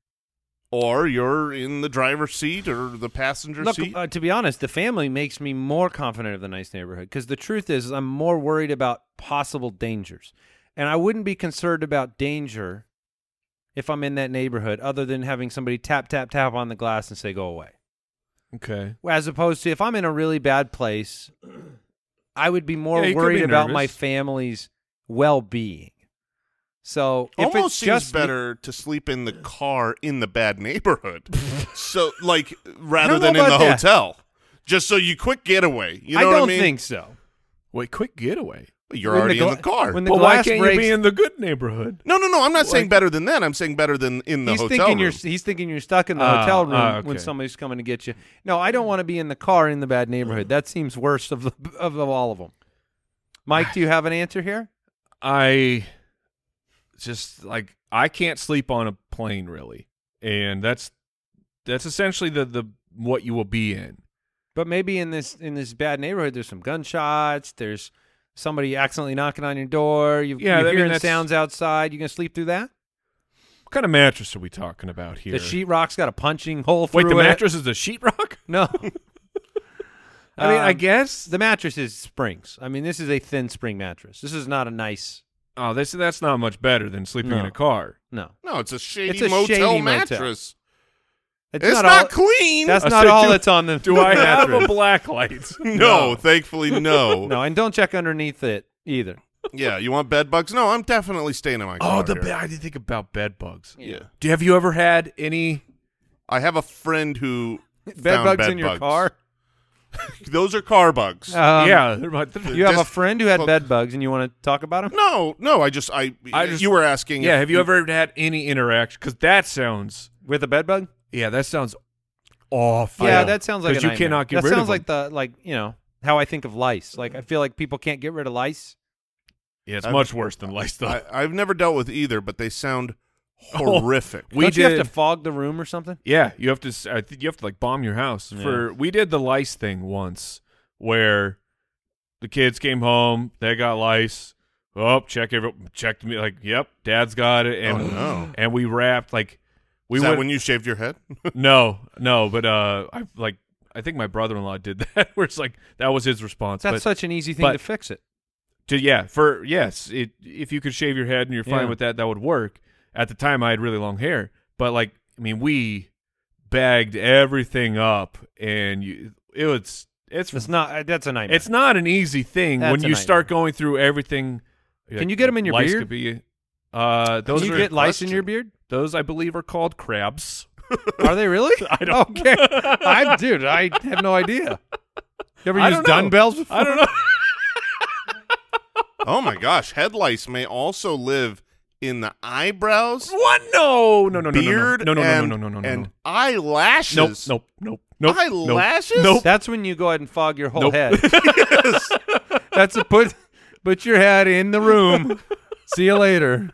[SPEAKER 3] or you're in the driver's seat or the passenger
[SPEAKER 1] Look,
[SPEAKER 3] seat.
[SPEAKER 1] uh, to be honest, the family makes me more confident of the nice neighborhood because the truth is, I'm more worried about possible dangers, and I wouldn't be concerned about danger if I'm in that neighborhood, other than having somebody tap tap tap on the glass and say go away.
[SPEAKER 2] Okay.
[SPEAKER 1] As opposed to if I'm in a really bad place, I would be more
[SPEAKER 2] Yeah, you could
[SPEAKER 1] worried
[SPEAKER 2] be
[SPEAKER 1] about my
[SPEAKER 2] nervous.
[SPEAKER 1] family's well-being. So if
[SPEAKER 3] Almost
[SPEAKER 1] it's
[SPEAKER 3] seems
[SPEAKER 1] just me-
[SPEAKER 3] better to sleep in the car in the bad neighborhood, so like rather
[SPEAKER 1] know
[SPEAKER 3] than in the
[SPEAKER 1] about that.
[SPEAKER 3] hotel, just so you quick getaway. You know
[SPEAKER 1] I
[SPEAKER 3] what
[SPEAKER 1] don't
[SPEAKER 3] I mean?
[SPEAKER 1] think so.
[SPEAKER 2] Wait, quick getaway.
[SPEAKER 3] you're
[SPEAKER 1] When the
[SPEAKER 3] already in
[SPEAKER 1] gla-
[SPEAKER 3] the car.
[SPEAKER 1] when the
[SPEAKER 2] But why
[SPEAKER 1] glass
[SPEAKER 2] can't you
[SPEAKER 1] breaks-
[SPEAKER 2] be in the good neighborhood?
[SPEAKER 3] no, no, no. I'm not saying
[SPEAKER 2] Like-
[SPEAKER 3] better than that. I'm saying better than in the
[SPEAKER 1] he's
[SPEAKER 3] hotel
[SPEAKER 1] thinking
[SPEAKER 3] room.
[SPEAKER 1] you're he's thinking you're stuck in the
[SPEAKER 2] Ah,
[SPEAKER 1] hotel room
[SPEAKER 2] ah,
[SPEAKER 1] when
[SPEAKER 2] okay.
[SPEAKER 1] somebody's coming to get you. No, I don't want to be in the car in the bad
[SPEAKER 2] Mm-hmm.
[SPEAKER 1] neighborhood. That seems worst of the, of, of all of them. Mike, do you have an answer here?
[SPEAKER 2] I just like I can't sleep on a plane really, and that's that's essentially the the what you will be in.
[SPEAKER 1] But maybe in this in this bad neighborhood, there's some gunshots. There's somebody accidentally knocking on your door. You,
[SPEAKER 2] Yeah, I
[SPEAKER 1] you're
[SPEAKER 2] mean,
[SPEAKER 1] hearing
[SPEAKER 2] that's-
[SPEAKER 1] sounds outside. You gonna sleep through that?
[SPEAKER 2] What kind of mattress are we talking about here?
[SPEAKER 1] The sheetrock's got a punching hole through
[SPEAKER 2] Wait, the
[SPEAKER 1] it.
[SPEAKER 2] mattress is a sheetrock?
[SPEAKER 1] No,
[SPEAKER 2] I mean, I
[SPEAKER 1] Um,
[SPEAKER 2] guess.
[SPEAKER 1] the mattress is springs. I mean, this is a thin spring mattress. This is not a nice.
[SPEAKER 2] oh, that's that's not much better than sleeping in
[SPEAKER 1] No.
[SPEAKER 2] a car.
[SPEAKER 1] No,
[SPEAKER 3] No, it's a shady
[SPEAKER 1] It's a
[SPEAKER 3] motel
[SPEAKER 1] shady motel.
[SPEAKER 3] mattress.
[SPEAKER 1] it's,
[SPEAKER 3] It's, not,
[SPEAKER 1] all-
[SPEAKER 3] clean.
[SPEAKER 1] That's
[SPEAKER 2] I
[SPEAKER 1] not
[SPEAKER 2] said,
[SPEAKER 1] all
[SPEAKER 2] do-
[SPEAKER 1] that's on the.
[SPEAKER 2] Do I have
[SPEAKER 1] mattress.
[SPEAKER 2] a black light?
[SPEAKER 3] no, thankfully, no.
[SPEAKER 1] No, and don't check underneath it either.
[SPEAKER 3] Yeah, you want bed bugs? No, I'm definitely staying in my car.
[SPEAKER 2] Oh, the
[SPEAKER 3] here.
[SPEAKER 2] be- I didn't think about bed bugs.
[SPEAKER 3] Yeah.
[SPEAKER 2] Do have you ever had any?
[SPEAKER 3] I have a friend who
[SPEAKER 1] Bed
[SPEAKER 3] found
[SPEAKER 1] bugs
[SPEAKER 3] bed
[SPEAKER 1] in your
[SPEAKER 3] bugs.
[SPEAKER 1] car.
[SPEAKER 3] Those are car bugs.
[SPEAKER 1] Um,
[SPEAKER 2] yeah, they're my- they're-
[SPEAKER 1] You have a
[SPEAKER 3] Just-
[SPEAKER 1] friend who had
[SPEAKER 3] well-
[SPEAKER 1] bed bugs, and you want to talk about them?
[SPEAKER 3] no, no. I just, I,
[SPEAKER 2] I just-
[SPEAKER 3] you were asking.
[SPEAKER 2] yeah.
[SPEAKER 3] if-
[SPEAKER 2] Have you ever had any interaction? Because that sounds.
[SPEAKER 1] With a bed bug?
[SPEAKER 2] Yeah, that sounds awful.
[SPEAKER 1] Yeah, that sounds like a
[SPEAKER 2] because Oh, you
[SPEAKER 1] nightmare.
[SPEAKER 2] cannot get
[SPEAKER 1] that
[SPEAKER 2] rid
[SPEAKER 1] sounds
[SPEAKER 2] of
[SPEAKER 1] like the like you know how I think of lice. Like I feel like people can't get rid of lice.
[SPEAKER 2] yeah, it's
[SPEAKER 3] I've-
[SPEAKER 2] much worse than lice though.
[SPEAKER 3] I, I've never dealt with either, but they sound horrific.
[SPEAKER 2] Oh, We
[SPEAKER 1] Don't you
[SPEAKER 2] did-
[SPEAKER 1] have to fog the room or something?
[SPEAKER 2] yeah, you have to. s- I think you have to like bomb your house for. We did the lice thing once, where the kids came home, they got lice. Oh, check every checked me like, yep, dad's got it, and
[SPEAKER 3] Oh, no.
[SPEAKER 2] and we wrapped like we
[SPEAKER 3] Is that
[SPEAKER 2] went
[SPEAKER 3] when you shaved your head?
[SPEAKER 2] no no, but uh, I like I think my brother in law did that where it's like that was his response.
[SPEAKER 1] That's
[SPEAKER 2] but,
[SPEAKER 1] such an easy thing
[SPEAKER 2] but-
[SPEAKER 1] to fix it.
[SPEAKER 2] To, yeah, for yes, it, if you could shave your head and you're fine
[SPEAKER 1] Yeah.
[SPEAKER 2] with that, that would work. At the time, I had really long hair, but like, I mean, we bagged everything up, and you, it was it's
[SPEAKER 1] It's not. uh, That's a nightmare.
[SPEAKER 2] it's not an easy thing
[SPEAKER 1] That's
[SPEAKER 2] when
[SPEAKER 1] a
[SPEAKER 2] you start going through everything.
[SPEAKER 1] Can you get 'em in your
[SPEAKER 2] lice
[SPEAKER 1] beard?
[SPEAKER 2] Could be, uh, those
[SPEAKER 1] Those you
[SPEAKER 2] are-
[SPEAKER 1] get lice in your beard?
[SPEAKER 2] Those I believe are called crabs.
[SPEAKER 1] Are they really? I
[SPEAKER 2] don't-
[SPEAKER 1] Okay, I dude, I have no idea. You ever
[SPEAKER 2] I
[SPEAKER 1] used
[SPEAKER 2] don't know.
[SPEAKER 1] dumbbells before?
[SPEAKER 2] I don't know.
[SPEAKER 3] oh my gosh, head lice may also live in the eyebrows,
[SPEAKER 2] What? No, no, no, no,
[SPEAKER 3] beard,
[SPEAKER 2] no, no, no,
[SPEAKER 3] and,
[SPEAKER 2] no, no, no, no, no, no,
[SPEAKER 3] and
[SPEAKER 2] no.
[SPEAKER 3] eyelashes.
[SPEAKER 2] Nope, nope, nope, nope.
[SPEAKER 3] Eyelashes?
[SPEAKER 2] Nope. nope.
[SPEAKER 1] That's when you go ahead and fog your whole
[SPEAKER 2] Nope.
[SPEAKER 1] head. That's a put put your head in the room. See you later.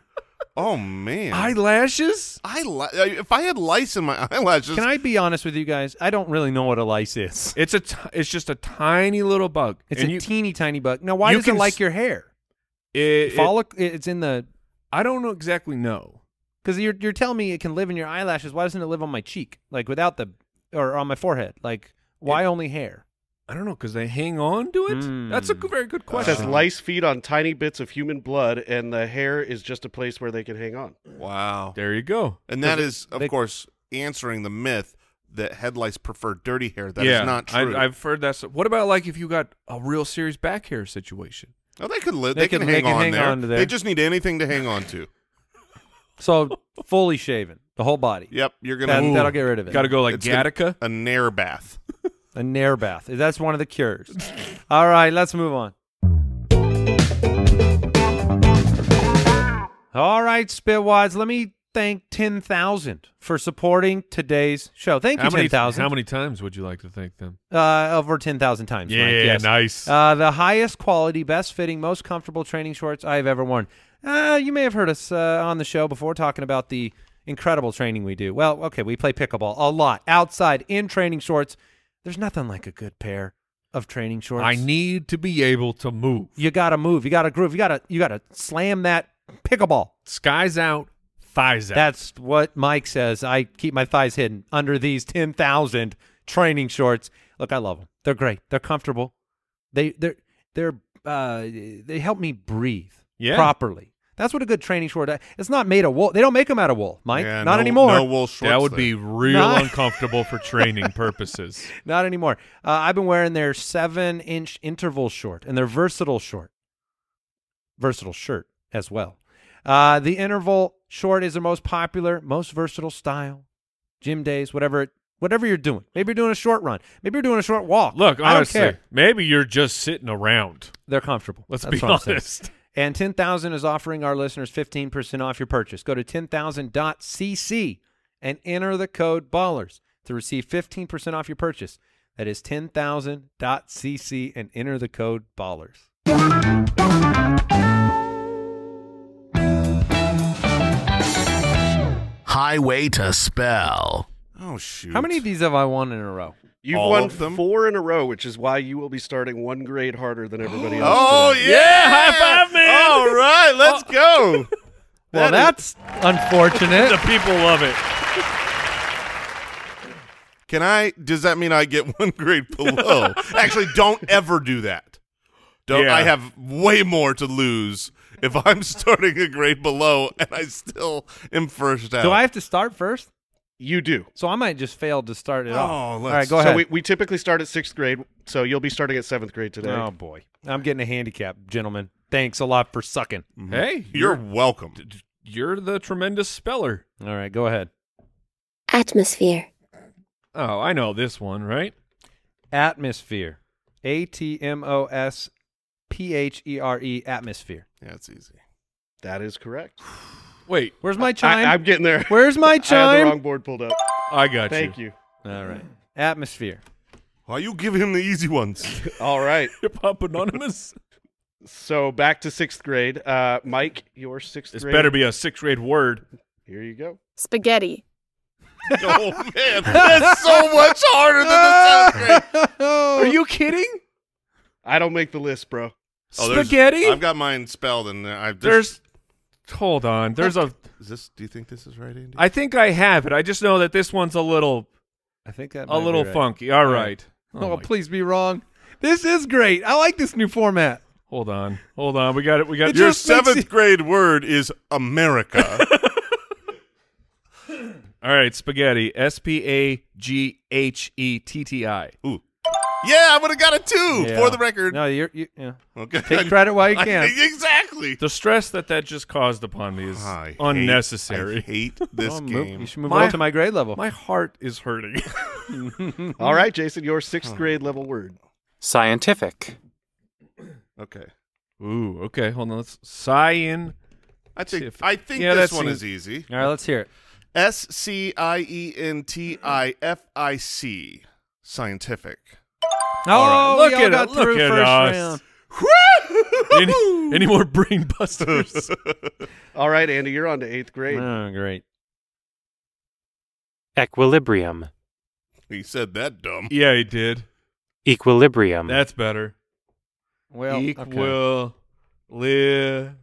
[SPEAKER 3] Oh man,
[SPEAKER 2] Eyelashes?
[SPEAKER 3] I li- if I had lice in my eyelashes,
[SPEAKER 1] Can I be honest with you guys? I don't really know what a lice is.
[SPEAKER 2] It's a. T- it's just a tiny little bug.
[SPEAKER 1] It's
[SPEAKER 2] and
[SPEAKER 1] a
[SPEAKER 2] you,
[SPEAKER 1] teeny tiny bug. Now, why
[SPEAKER 2] you
[SPEAKER 1] does it
[SPEAKER 2] can
[SPEAKER 1] like
[SPEAKER 2] s-
[SPEAKER 1] your hair?
[SPEAKER 2] It, it-
[SPEAKER 1] Follic- it's in the
[SPEAKER 2] I don't know exactly know.
[SPEAKER 1] because you're you're telling me it can live in your eyelashes. Why doesn't it live on my cheek, like without the or on my forehead? Like why only hair?
[SPEAKER 2] I don't know because they hang on to it. That's a
[SPEAKER 1] Hmm.
[SPEAKER 2] g- very good
[SPEAKER 5] It
[SPEAKER 2] question.
[SPEAKER 5] says lice feed on tiny bits of human blood, and the hair is just a place where they can hang on.
[SPEAKER 3] Wow.
[SPEAKER 2] there you go.
[SPEAKER 3] And that is, of
[SPEAKER 1] they-
[SPEAKER 3] course, answering the myth that head lice prefer dirty hair. That is
[SPEAKER 2] yeah,
[SPEAKER 3] not true.
[SPEAKER 2] I, I've heard that. So, what about like if you got a real serious back hair situation?
[SPEAKER 3] oh, they could live.
[SPEAKER 1] They
[SPEAKER 3] They,
[SPEAKER 1] can-
[SPEAKER 3] can,
[SPEAKER 1] they
[SPEAKER 3] hang,
[SPEAKER 1] can
[SPEAKER 3] on,
[SPEAKER 1] hang
[SPEAKER 3] there.
[SPEAKER 1] on to there.
[SPEAKER 3] They just need anything to hang on to.
[SPEAKER 1] So fully shaven, the whole body.
[SPEAKER 3] Yep, you're gonna.
[SPEAKER 1] That,
[SPEAKER 3] Ooh.
[SPEAKER 1] that'll get rid of it.
[SPEAKER 2] Got to go like
[SPEAKER 3] It's gonna-
[SPEAKER 2] Gattaca.
[SPEAKER 3] a nair bath.
[SPEAKER 1] A nair bath. That's one of the cures. All right, let's move on. All right, Spitwads, let me thank 10,000 for supporting today's show. Thank you,
[SPEAKER 2] how many
[SPEAKER 1] 10,000.
[SPEAKER 2] How many times would you like to thank them?
[SPEAKER 1] Uh, over 10,000 times. Mike, yes.
[SPEAKER 2] nice.
[SPEAKER 1] Uh, the highest quality, best fitting, most comfortable training shorts I've ever worn. Uh, you may have heard us uh, on the show before talking about the incredible training we do. Well, okay, we play pickleball a lot outside in training shorts. There's nothing like a good pair of training shorts.
[SPEAKER 2] I need to be able to move.
[SPEAKER 1] you got to move. You got to groove. You got to you got to slam that pickleball.
[SPEAKER 2] Sky's out, thighs out.
[SPEAKER 1] That's what Mike says. I keep my thighs hidden under these 10,000 training shorts. Look, I love them. They're great. They're comfortable. They they're they're uh they help me breathe
[SPEAKER 2] Yeah.
[SPEAKER 1] properly. That's what a good training short. uh, It's not made of wool. They don't make them out of wool, Mike.
[SPEAKER 3] Yeah,
[SPEAKER 1] not
[SPEAKER 3] no-
[SPEAKER 1] anymore.
[SPEAKER 3] No wool shorts.
[SPEAKER 2] that would
[SPEAKER 3] there.
[SPEAKER 2] be real
[SPEAKER 1] Nah.
[SPEAKER 2] uncomfortable for training purposes.
[SPEAKER 1] Not anymore. Uh, I've been wearing their seven inch interval short and their versatile short, versatile shirt as well. Uh, the interval short is their most popular, most versatile style. Gym days, whatever, it, whatever you're doing. Maybe you're doing a short run. Maybe you're doing a short walk.
[SPEAKER 2] Look,
[SPEAKER 1] I don't
[SPEAKER 2] honestly,
[SPEAKER 1] care.
[SPEAKER 2] maybe you're just sitting around.
[SPEAKER 1] They're comfortable.
[SPEAKER 2] Let's
[SPEAKER 1] That's
[SPEAKER 2] be
[SPEAKER 1] what I'm saying.
[SPEAKER 2] honest.
[SPEAKER 1] And 10,000 is offering our listeners 15% off your purchase. Go to 10,000.cc and enter the code BALLERS to receive 15% off your purchase. That is 10,000.cc and enter the code BALLERS.
[SPEAKER 4] Highway to Spell.
[SPEAKER 3] Oh shoot!
[SPEAKER 1] How many of these have I won in a row?
[SPEAKER 5] You've
[SPEAKER 3] All
[SPEAKER 5] won
[SPEAKER 3] of them?
[SPEAKER 5] four in a row, which is why you will be starting one grade harder than everybody else.
[SPEAKER 3] Oh
[SPEAKER 5] today.
[SPEAKER 3] yeah!
[SPEAKER 2] Yeah, high five, man. Oh.
[SPEAKER 3] All right, let's go.
[SPEAKER 1] Well,
[SPEAKER 3] That
[SPEAKER 1] that's unfortunate.
[SPEAKER 2] the people love it.
[SPEAKER 3] Can I? Does that mean I get one grade below? Actually, don't ever do that. Don't.
[SPEAKER 2] Yeah.
[SPEAKER 3] I have way more to lose if I'm starting a grade below and I still am first out.
[SPEAKER 1] Do I have to start first?
[SPEAKER 5] You do.
[SPEAKER 1] So I might just fail to start it
[SPEAKER 3] Oh,
[SPEAKER 1] off. All
[SPEAKER 3] let's-
[SPEAKER 1] right, go ahead.
[SPEAKER 5] So we, we typically start at sixth grade, so you'll be starting at seventh grade today.
[SPEAKER 1] oh, boy. I'm getting a handicap, gentlemen. Thanks a lot for sucking.
[SPEAKER 2] Hey,
[SPEAKER 3] Mm-hmm. You're
[SPEAKER 2] you're
[SPEAKER 3] welcome.
[SPEAKER 2] you're the tremendous speller.
[SPEAKER 1] All right, go ahead.
[SPEAKER 6] Atmosphere.
[SPEAKER 2] Oh, I know this one, right?
[SPEAKER 1] Atmosphere. A T M O S P H E R E atmosphere.
[SPEAKER 3] Yeah, it's easy.
[SPEAKER 5] That is correct.
[SPEAKER 2] Wait,
[SPEAKER 1] Where's my chime?
[SPEAKER 5] I, am getting there.
[SPEAKER 1] Where's my
[SPEAKER 5] I had the wrong
[SPEAKER 1] chime?
[SPEAKER 5] board pulled up.
[SPEAKER 2] I got
[SPEAKER 5] Thank you.
[SPEAKER 1] All right. Atmosphere.
[SPEAKER 3] Why you give him the easy ones?
[SPEAKER 5] All right.
[SPEAKER 2] Hip Hop Anonymous.
[SPEAKER 5] So back to sixth grade. Uh, Mike, your sixth
[SPEAKER 2] this
[SPEAKER 5] grade.
[SPEAKER 2] better be a sixth grade word.
[SPEAKER 5] Here you go.
[SPEAKER 6] Spaghetti.
[SPEAKER 3] oh man, that's so much harder than the seventh grade.
[SPEAKER 1] Are you
[SPEAKER 2] kidding?
[SPEAKER 5] I don't make the list, bro.
[SPEAKER 3] Oh, there's-
[SPEAKER 2] Spaghetti?
[SPEAKER 3] I've got mine spelled, and I
[SPEAKER 2] There's. Hold on. There's a.
[SPEAKER 3] Is this? Do you think this is right, Andy?
[SPEAKER 2] I think I have it. I just know that this one's a little,
[SPEAKER 1] I think that
[SPEAKER 2] a little funky. All right.
[SPEAKER 1] Oh,
[SPEAKER 2] my-
[SPEAKER 1] please be wrong. This is great. I like this new format.
[SPEAKER 2] Hold on. Hold on. We got it. We got
[SPEAKER 1] It
[SPEAKER 2] You're
[SPEAKER 3] Your
[SPEAKER 1] just makes
[SPEAKER 3] seventh
[SPEAKER 1] you-
[SPEAKER 3] grade word is America.
[SPEAKER 2] All right, spaghetti. S P A G H E T T I.
[SPEAKER 3] yeah, I would have got a two for the record.
[SPEAKER 1] No, you're you, yeah.
[SPEAKER 3] Okay.
[SPEAKER 1] Take credit while you
[SPEAKER 3] I-
[SPEAKER 1] can.
[SPEAKER 3] exactly.
[SPEAKER 2] The stress that that just caused upon me is
[SPEAKER 3] I hate-
[SPEAKER 2] unnecessary.
[SPEAKER 3] I hate this
[SPEAKER 1] Oh, move-
[SPEAKER 3] game.
[SPEAKER 1] you should move
[SPEAKER 2] My-
[SPEAKER 1] up to my grade level.
[SPEAKER 2] my heart is hurting.
[SPEAKER 5] All right, Jason, your sixth grade level word.
[SPEAKER 7] Scientific.
[SPEAKER 3] okay.
[SPEAKER 2] Ooh, okay. Hold on. Let's cyan.
[SPEAKER 3] I think
[SPEAKER 2] Tiff-
[SPEAKER 3] I think
[SPEAKER 2] Yeah,
[SPEAKER 3] this
[SPEAKER 2] that
[SPEAKER 3] one
[SPEAKER 2] seems-
[SPEAKER 3] is easy.
[SPEAKER 1] All right, let's hear it.
[SPEAKER 3] S C I E N T I F I C. Scientific.
[SPEAKER 1] Oh,
[SPEAKER 2] All right. Look
[SPEAKER 1] we all
[SPEAKER 2] at
[SPEAKER 1] got
[SPEAKER 2] it. Look
[SPEAKER 1] through
[SPEAKER 2] at
[SPEAKER 1] first
[SPEAKER 2] us.
[SPEAKER 1] round.
[SPEAKER 2] Any, any more brain busters?
[SPEAKER 5] All right, Andy, you're on to eighth grade.
[SPEAKER 1] Oh, great.
[SPEAKER 7] Equilibrium.
[SPEAKER 3] he said that dumb.
[SPEAKER 2] yeah, he did.
[SPEAKER 7] Equilibrium.
[SPEAKER 2] That's better.
[SPEAKER 1] Well, okay.
[SPEAKER 2] Equal. Live.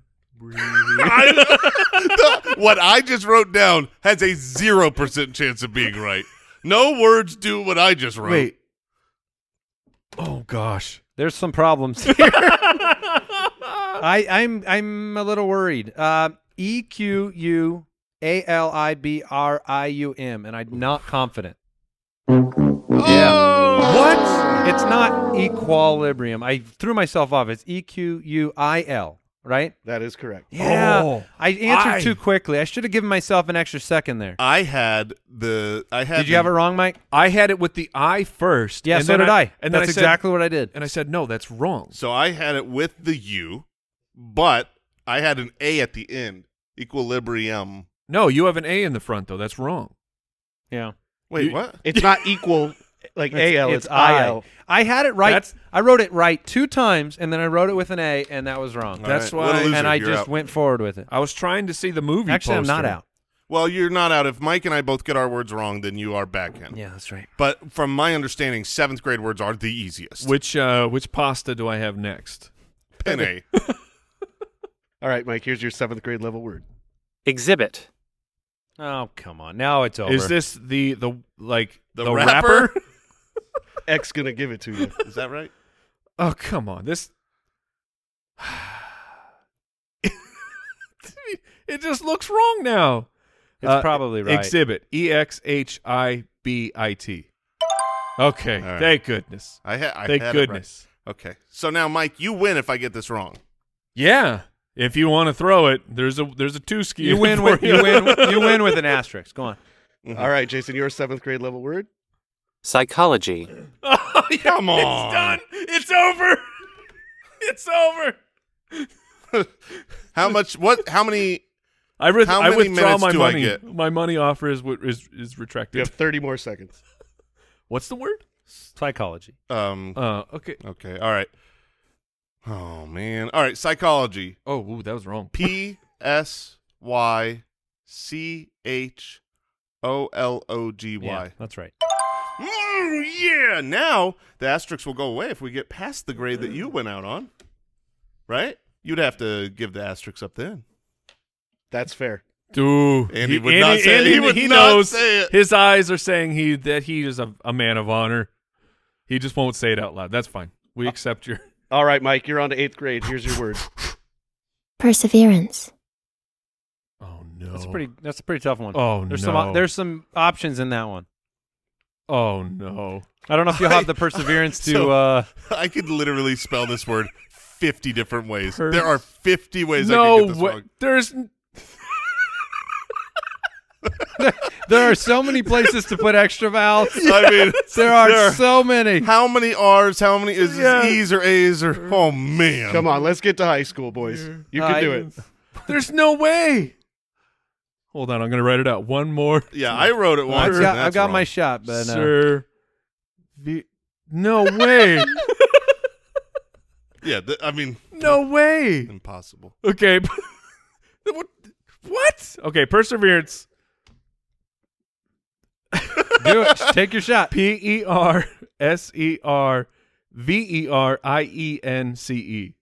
[SPEAKER 3] The- what I just wrote down has a zero percent chance of being right. No words do what I just wrote.
[SPEAKER 2] Wait. Oh gosh.
[SPEAKER 1] There's some problems here. I, I'm I'm a little worried. Uh, e Q U A L I B R I U M, and I'm not confident. Oh! What? It's not equilibrium. I threw myself off. It's E Q U I L, right?
[SPEAKER 5] That is correct.
[SPEAKER 1] Yeah.
[SPEAKER 2] Oh,
[SPEAKER 1] I answered
[SPEAKER 2] I-
[SPEAKER 1] too quickly. I should have given myself an extra second there.
[SPEAKER 3] I had the I had
[SPEAKER 1] Did you have it
[SPEAKER 3] the-
[SPEAKER 1] wrong, Mike?
[SPEAKER 2] I had it with the I first.
[SPEAKER 1] Yeah,
[SPEAKER 2] and
[SPEAKER 1] so
[SPEAKER 2] then
[SPEAKER 1] did I. That's
[SPEAKER 2] And then I said-
[SPEAKER 1] exactly what I did.
[SPEAKER 2] And I said, no, that's wrong.
[SPEAKER 3] so I had it with the U, but I had an A at the end. Equilibrium.
[SPEAKER 2] No, you have an A in the front though. That's wrong.
[SPEAKER 1] Yeah.
[SPEAKER 3] Wait,
[SPEAKER 2] You-
[SPEAKER 3] what?
[SPEAKER 5] It's not equal like AL, it's, IL.
[SPEAKER 1] I had it right.
[SPEAKER 2] That's-
[SPEAKER 1] I wrote it right two times, and then I wrote it with an A, and that was wrong.
[SPEAKER 3] All
[SPEAKER 2] That's
[SPEAKER 3] what a
[SPEAKER 2] why-
[SPEAKER 3] loser.
[SPEAKER 1] and I
[SPEAKER 3] You're
[SPEAKER 1] just
[SPEAKER 3] out.
[SPEAKER 1] went forward with it.
[SPEAKER 2] I was trying to see the movie.
[SPEAKER 1] Actually, I'm not
[SPEAKER 2] poster.
[SPEAKER 1] out.
[SPEAKER 3] Well, you're not out. If Mike and I both get our words wrong, then you are back in.
[SPEAKER 1] Yeah, that's right.
[SPEAKER 3] But from my understanding, seventh grade words are the easiest.
[SPEAKER 2] Which uh, which pasta do I have next?
[SPEAKER 3] penne.
[SPEAKER 5] All right, Mike, here's your seventh grade level word.
[SPEAKER 7] Exhibit.
[SPEAKER 1] Oh, come on. Now it's over.
[SPEAKER 2] Is this the the like
[SPEAKER 3] The rapper?
[SPEAKER 5] X gonna give it to you.
[SPEAKER 3] Is that right?
[SPEAKER 2] Oh come on, this. it just looks wrong now.
[SPEAKER 1] It's Uh, probably right.
[SPEAKER 2] Exhibit E X H I B I T. Okay,
[SPEAKER 3] All right.
[SPEAKER 2] thank goodness.
[SPEAKER 3] I, ha- I
[SPEAKER 2] thank
[SPEAKER 3] had it right.
[SPEAKER 2] goodness.
[SPEAKER 3] Okay. So now, Mike, you win if I get this wrong.
[SPEAKER 2] Yeah, if you want to throw it, there's a there's a two ski.
[SPEAKER 1] you win with you win you win with an asterisk. Go on.
[SPEAKER 2] Mm-hmm.
[SPEAKER 5] All right, Jason, your seventh grade level word.
[SPEAKER 7] Psychology.
[SPEAKER 3] Come on.
[SPEAKER 2] It's done. It's over. It's over.
[SPEAKER 3] How much? What? How many?
[SPEAKER 2] I, with-
[SPEAKER 3] How
[SPEAKER 2] I
[SPEAKER 3] many
[SPEAKER 2] withdraw
[SPEAKER 3] minutes
[SPEAKER 2] my
[SPEAKER 3] do I
[SPEAKER 2] money.
[SPEAKER 3] get?
[SPEAKER 2] My money offer is wi- is is retracted.
[SPEAKER 5] You have 30 more seconds.
[SPEAKER 2] What's the word?
[SPEAKER 1] Psychology.
[SPEAKER 3] Um.
[SPEAKER 2] Uh, okay.
[SPEAKER 3] Okay. All right. Oh man. All right. Psychology.
[SPEAKER 2] Oh, ooh, that was wrong.
[SPEAKER 3] P S Y C H O L O G
[SPEAKER 1] Yeah,
[SPEAKER 3] Y.
[SPEAKER 1] that's right.
[SPEAKER 3] Mm, yeah. Now the asterisk will go away if we get past the grade that you went out on. Right? You'd have to give the asterisk up then.
[SPEAKER 5] That's fair.
[SPEAKER 2] Dude,
[SPEAKER 3] And he would not say it. He would not
[SPEAKER 2] knows.
[SPEAKER 3] say it.
[SPEAKER 2] His eyes are saying he that he is a, a man of honor. He just won't say it out loud. That's fine. We accept your.
[SPEAKER 5] All right, Mike, you're on to eighth grade. Here's your word.
[SPEAKER 6] Perseverance.
[SPEAKER 2] Oh no.
[SPEAKER 1] That's a pretty that's a pretty tough one.
[SPEAKER 2] Oh
[SPEAKER 1] there's
[SPEAKER 2] no.
[SPEAKER 1] some o- there's some options in that one.
[SPEAKER 2] Oh no.
[SPEAKER 1] I don't know if you'll have the perseverance to
[SPEAKER 3] So-
[SPEAKER 1] uh
[SPEAKER 3] I could literally spell this word 50 different ways. there are 50 ways I
[SPEAKER 2] no
[SPEAKER 3] could get this
[SPEAKER 2] way.
[SPEAKER 3] wrong.
[SPEAKER 2] There's.
[SPEAKER 1] there are so many places to put extra vowels.
[SPEAKER 3] I mean,
[SPEAKER 1] There are
[SPEAKER 3] there are-
[SPEAKER 1] so many.
[SPEAKER 3] how many R's, how many is
[SPEAKER 2] Yeah.
[SPEAKER 3] E's or A's or oh
[SPEAKER 2] Um,
[SPEAKER 3] man.
[SPEAKER 5] Come on, let's get to high school, boys. You
[SPEAKER 1] Uh,
[SPEAKER 5] can do it.
[SPEAKER 2] There's no way. Hold on. I'm gonna write it out. One more.
[SPEAKER 3] Yeah, I wrote it once.
[SPEAKER 1] I've
[SPEAKER 3] and
[SPEAKER 1] got, I've
[SPEAKER 3] that's
[SPEAKER 1] got
[SPEAKER 3] wrong.
[SPEAKER 1] my shot, but uh,
[SPEAKER 2] Sir. The, no way.
[SPEAKER 3] Yeah, th- I mean,
[SPEAKER 2] no way.
[SPEAKER 3] impossible.
[SPEAKER 2] Okay. what? What? Okay. Perseverance.
[SPEAKER 1] do it. Take your shot.
[SPEAKER 2] P E R S E R V E R I E N C E.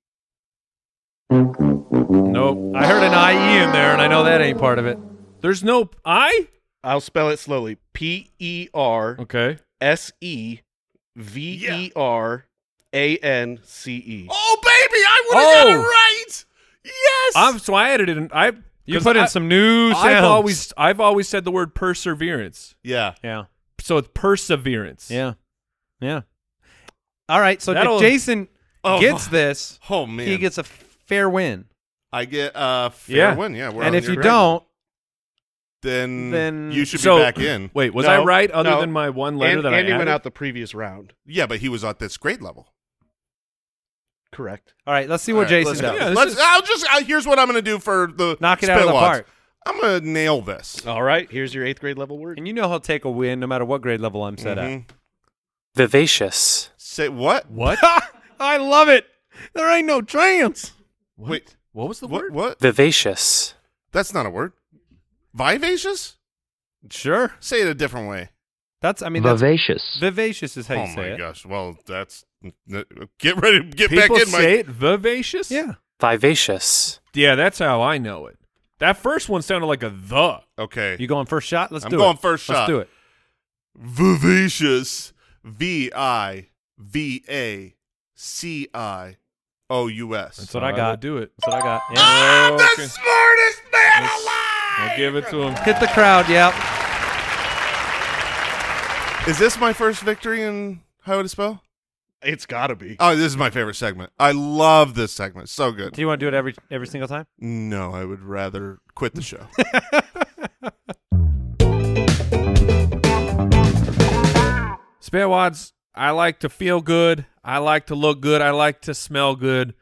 [SPEAKER 2] Nope.
[SPEAKER 1] I heard an
[SPEAKER 2] E
[SPEAKER 1] IE in there, and I know that ain't part of it.
[SPEAKER 2] There's no I.
[SPEAKER 5] I'll spell it slowly. P E R
[SPEAKER 2] Okay.
[SPEAKER 5] S E V E R A N C E.
[SPEAKER 3] Oh baby, I would
[SPEAKER 2] would've
[SPEAKER 3] have
[SPEAKER 2] got it
[SPEAKER 1] Oh.
[SPEAKER 3] got it right. Yes.
[SPEAKER 2] I'm, so I edited and I.
[SPEAKER 1] You
[SPEAKER 2] 'cause
[SPEAKER 1] put in
[SPEAKER 2] I-
[SPEAKER 1] some new sounds.
[SPEAKER 2] I've always I've always said the word perseverance.
[SPEAKER 3] yeah.
[SPEAKER 1] yeah,
[SPEAKER 2] So it's perseverance.
[SPEAKER 1] yeah, yeah. All right, so
[SPEAKER 2] That'll-
[SPEAKER 1] if Jason
[SPEAKER 3] Oh.
[SPEAKER 1] gets this,
[SPEAKER 3] Oh man.
[SPEAKER 1] he gets a fair win.
[SPEAKER 3] I get uh fair
[SPEAKER 2] Yeah.
[SPEAKER 3] win. Yeah, we're
[SPEAKER 1] and
[SPEAKER 3] on
[SPEAKER 1] if
[SPEAKER 3] your
[SPEAKER 1] you
[SPEAKER 3] grade.
[SPEAKER 1] don't,
[SPEAKER 3] then
[SPEAKER 1] then-
[SPEAKER 3] you should
[SPEAKER 2] so,
[SPEAKER 3] be back in.
[SPEAKER 2] Wait, was
[SPEAKER 5] No,
[SPEAKER 2] I right other
[SPEAKER 5] no.
[SPEAKER 2] than my one letter
[SPEAKER 5] and,
[SPEAKER 2] that
[SPEAKER 5] Andy
[SPEAKER 2] I
[SPEAKER 5] went
[SPEAKER 2] added?
[SPEAKER 5] out the previous round.
[SPEAKER 3] Yeah, but he was at this grade level.
[SPEAKER 5] Correct.
[SPEAKER 1] all right, let's see what
[SPEAKER 3] All right,
[SPEAKER 1] Jason
[SPEAKER 3] let's
[SPEAKER 1] does.
[SPEAKER 2] Yeah,
[SPEAKER 3] go.
[SPEAKER 2] this
[SPEAKER 3] let's.
[SPEAKER 2] is-
[SPEAKER 3] I'll just. I, here's what I'm gonna do for the
[SPEAKER 1] Knock it out of the
[SPEAKER 3] spitwads.
[SPEAKER 1] park. Oh,
[SPEAKER 3] I'm gonna nail this.
[SPEAKER 5] All right, here's your eighth grade level word.
[SPEAKER 1] And you know he'll take a win no matter what grade level I'm set
[SPEAKER 3] Mhm.
[SPEAKER 7] Vivacious.
[SPEAKER 3] Say what?
[SPEAKER 2] What?
[SPEAKER 1] at. I love it. There ain't no chance.
[SPEAKER 2] What?
[SPEAKER 3] Wait.
[SPEAKER 2] What was the
[SPEAKER 3] What?
[SPEAKER 2] word?
[SPEAKER 3] What?
[SPEAKER 7] Vivacious.
[SPEAKER 3] That's not a word. Vivacious?
[SPEAKER 1] Sure.
[SPEAKER 3] Say it a different way.
[SPEAKER 1] That's I mean that's,
[SPEAKER 8] Vivacious.
[SPEAKER 1] vivacious is how you
[SPEAKER 3] oh
[SPEAKER 1] say
[SPEAKER 3] my
[SPEAKER 1] it.
[SPEAKER 3] gosh. Well, that's n- n- get ready. Get
[SPEAKER 2] People
[SPEAKER 3] back in,
[SPEAKER 2] say
[SPEAKER 3] Mike.
[SPEAKER 2] it vivacious.
[SPEAKER 1] Yeah.
[SPEAKER 7] vivacious,
[SPEAKER 2] Yeah, that's how I know it. That first one sounded like a the.
[SPEAKER 3] Okay.
[SPEAKER 1] You going first shot? Let's
[SPEAKER 3] I'm
[SPEAKER 1] do it.
[SPEAKER 3] going first shot.
[SPEAKER 1] Let's do it.
[SPEAKER 3] Vivacious. V I V A C I O U S.
[SPEAKER 1] That's what I
[SPEAKER 2] will
[SPEAKER 1] got.
[SPEAKER 2] Do it.
[SPEAKER 1] That's what I got. Yeah.
[SPEAKER 3] I'm the
[SPEAKER 2] Okay.
[SPEAKER 3] smartest man
[SPEAKER 2] Let's-
[SPEAKER 3] alive.
[SPEAKER 2] I'll give it to him.
[SPEAKER 1] Hit the crowd. Yep.
[SPEAKER 3] Is this my first victory in Highway to Spell?
[SPEAKER 5] It's gotta be.
[SPEAKER 3] Oh, this is my favorite segment. I love this segment. So good.
[SPEAKER 1] Do you want to do it every every single time?
[SPEAKER 3] No, I would rather quit the show.
[SPEAKER 2] Sparewads, I like to feel good. I like to look good. I like to smell good.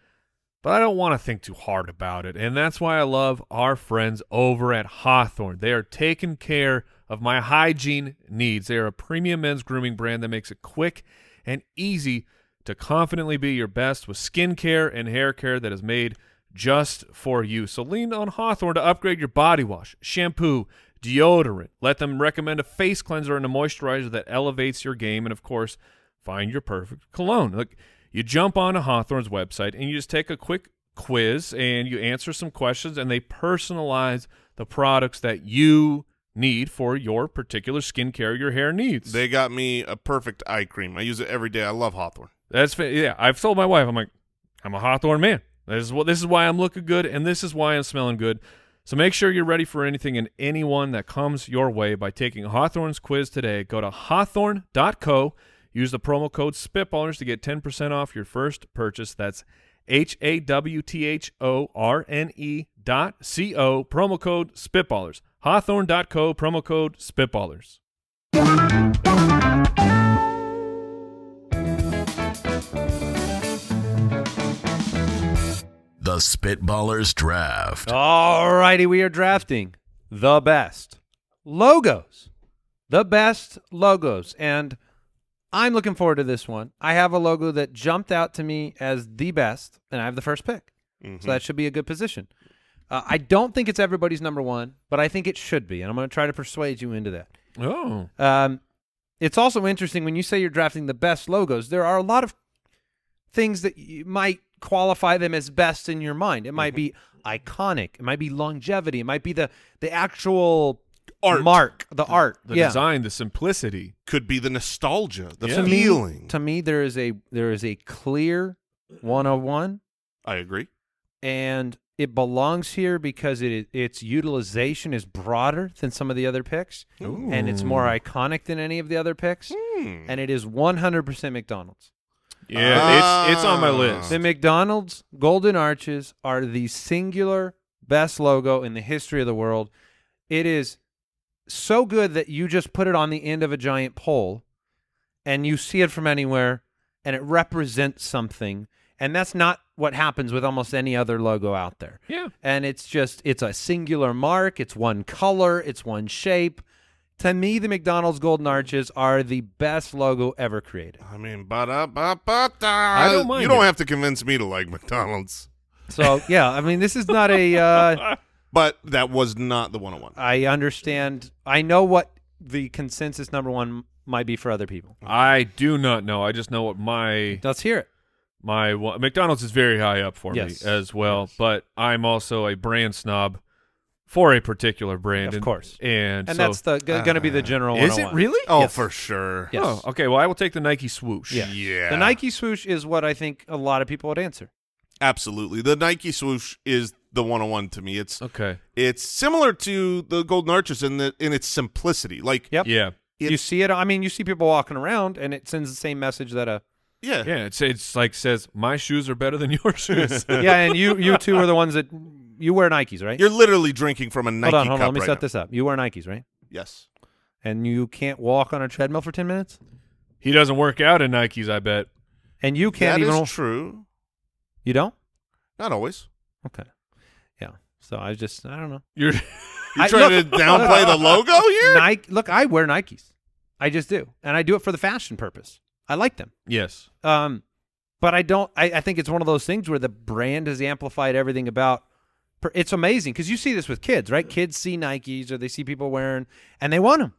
[SPEAKER 2] But I don't want to think too hard about it. And that's why I love our friends over at Hawthorne. They are taking care of my hygiene needs. They are a premium men's grooming brand that makes it quick and easy to confidently be your best with skincare and hair care that is made just for you. So lean on Hawthorne to upgrade your body wash, shampoo, deodorant. Let them recommend a face cleanser and a moisturizer that elevates your game. And of course, find your perfect cologne. Look, you jump onto Hawthorne's website and you just take a quick quiz and you answer some questions and they personalize the products that you need for your particular skincare your hair needs.
[SPEAKER 3] they got me a perfect eye cream. I use it every day. I love Hawthorne.
[SPEAKER 2] That's fa- yeah. I've told my wife, I'm like, I'm a Hawthorne man. This is what this is why I'm looking good, and this is why I'm smelling good. So make sure you're ready for anything and anyone that comes your way by taking Hawthorne's quiz today. Go to hawthorne.co. Use the promo code Spitballers to get 10% off your first purchase. That's H A W T H O R N E dot C O. Promo code Spitballers. Hawthorne.co. Promo code Spitballers.
[SPEAKER 4] The Spitballers Draft.
[SPEAKER 1] All righty, we are drafting the best logos, the best logos, and I'm looking forward to this one. I have a logo that jumped out to me as the best, and I have the first pick, so that should be a good position. Uh, I don't think it's everybody's number one, but I think it should be, and I'm going to try to persuade you into that.
[SPEAKER 2] Oh.
[SPEAKER 1] Um, it's also interesting when you say you're drafting the best logos. There are a lot of things that you might qualify them as best in your mind. It might be iconic. It might be longevity. It might be the the actual
[SPEAKER 3] Art.
[SPEAKER 1] mark, the art,
[SPEAKER 2] The
[SPEAKER 1] yeah.
[SPEAKER 2] design, the simplicity.
[SPEAKER 3] Could be the nostalgia, the
[SPEAKER 2] Yeah.
[SPEAKER 1] To me-
[SPEAKER 3] feeling.
[SPEAKER 1] To me, there is a there is a clear one of one,
[SPEAKER 3] I agree.
[SPEAKER 1] and it belongs here because it its utilization is broader than some of the other picks, and it's more iconic than any of the other picks, and it is 100% McDonald's.
[SPEAKER 2] Yeah, it's it's on my
[SPEAKER 3] Ah.
[SPEAKER 2] list.
[SPEAKER 1] The McDonald's Golden Arches are the singular best logo in the history of the world. It is so good that you just put it on the end of a giant pole and you see it from anywhere and it represents something. And that's not what happens with almost any other logo out there.
[SPEAKER 2] Yeah.
[SPEAKER 1] And it's just, it's a singular mark, it's one color, it's one shape. To me, the McDonald's Golden Arches are the best logo ever created.
[SPEAKER 3] I mean, ba da ba ba da.
[SPEAKER 2] I don't mind
[SPEAKER 3] You don't
[SPEAKER 2] it.
[SPEAKER 3] have to convince me to like McDonald's.
[SPEAKER 1] So, yeah, I mean, this is not a. Uh,
[SPEAKER 3] But that was not the 101.
[SPEAKER 1] I understand. I know what the consensus number one might be for other people.
[SPEAKER 2] I do not know. I just know what my
[SPEAKER 1] Let's hear it.
[SPEAKER 2] my one- McDonald's is very high up for
[SPEAKER 1] Yes.
[SPEAKER 2] me as well, but I'm also a brand snob for a particular brand,
[SPEAKER 1] Of
[SPEAKER 2] and-
[SPEAKER 1] course.
[SPEAKER 2] and
[SPEAKER 1] And
[SPEAKER 2] so, uh,
[SPEAKER 1] that's the going to be the general.
[SPEAKER 2] is it
[SPEAKER 1] 101.
[SPEAKER 2] really?
[SPEAKER 3] Oh,
[SPEAKER 1] Yes.
[SPEAKER 3] for sure.
[SPEAKER 1] Yes.
[SPEAKER 2] Oh, okay. Well, I will take the Nike swoosh.
[SPEAKER 1] Yes.
[SPEAKER 3] Yeah.
[SPEAKER 1] The Nike swoosh is what I think a lot of people would answer.
[SPEAKER 3] Absolutely. The Nike swoosh is the 101 to me. It's
[SPEAKER 2] Okay.
[SPEAKER 3] it's similar to the Golden Arches in the in its simplicity. Like
[SPEAKER 1] Yep.
[SPEAKER 2] Yeah.
[SPEAKER 1] you
[SPEAKER 3] it's-
[SPEAKER 1] see it. I mean, you see people walking around, and it sends the same message that a
[SPEAKER 3] yeah.
[SPEAKER 2] Yeah. It's it's like says my shoes are better than your shoes.
[SPEAKER 1] yeah. And you you two are the ones that you wear Nikes, right?
[SPEAKER 3] You're literally drinking from a Nike
[SPEAKER 1] hold on, hold
[SPEAKER 3] cup
[SPEAKER 1] on. Let me
[SPEAKER 3] right
[SPEAKER 1] set
[SPEAKER 3] now.
[SPEAKER 1] this up. You wear Nikes, right?
[SPEAKER 3] Yes.
[SPEAKER 1] And you can't walk on a treadmill for ten minutes,
[SPEAKER 2] he doesn't work out in Nikes. I bet.
[SPEAKER 1] and you can't
[SPEAKER 3] That is
[SPEAKER 1] even.
[SPEAKER 3] true.
[SPEAKER 1] you don't.
[SPEAKER 3] Not always.
[SPEAKER 1] Okay. Yeah. So I just I don't know.
[SPEAKER 2] You're
[SPEAKER 3] You're
[SPEAKER 1] I-
[SPEAKER 3] trying
[SPEAKER 1] look-
[SPEAKER 3] to downplay the logo here?
[SPEAKER 1] Nike. Look, I wear Nikes. I just do, and I do it for the fashion purpose. I like them.
[SPEAKER 2] yes.
[SPEAKER 1] Um, but I don't. I, I think it's one of those things where the brand has amplified everything about. per- It's amazing because you see this with kids, right? Kids see Nikes or they see people wearing, and they want them.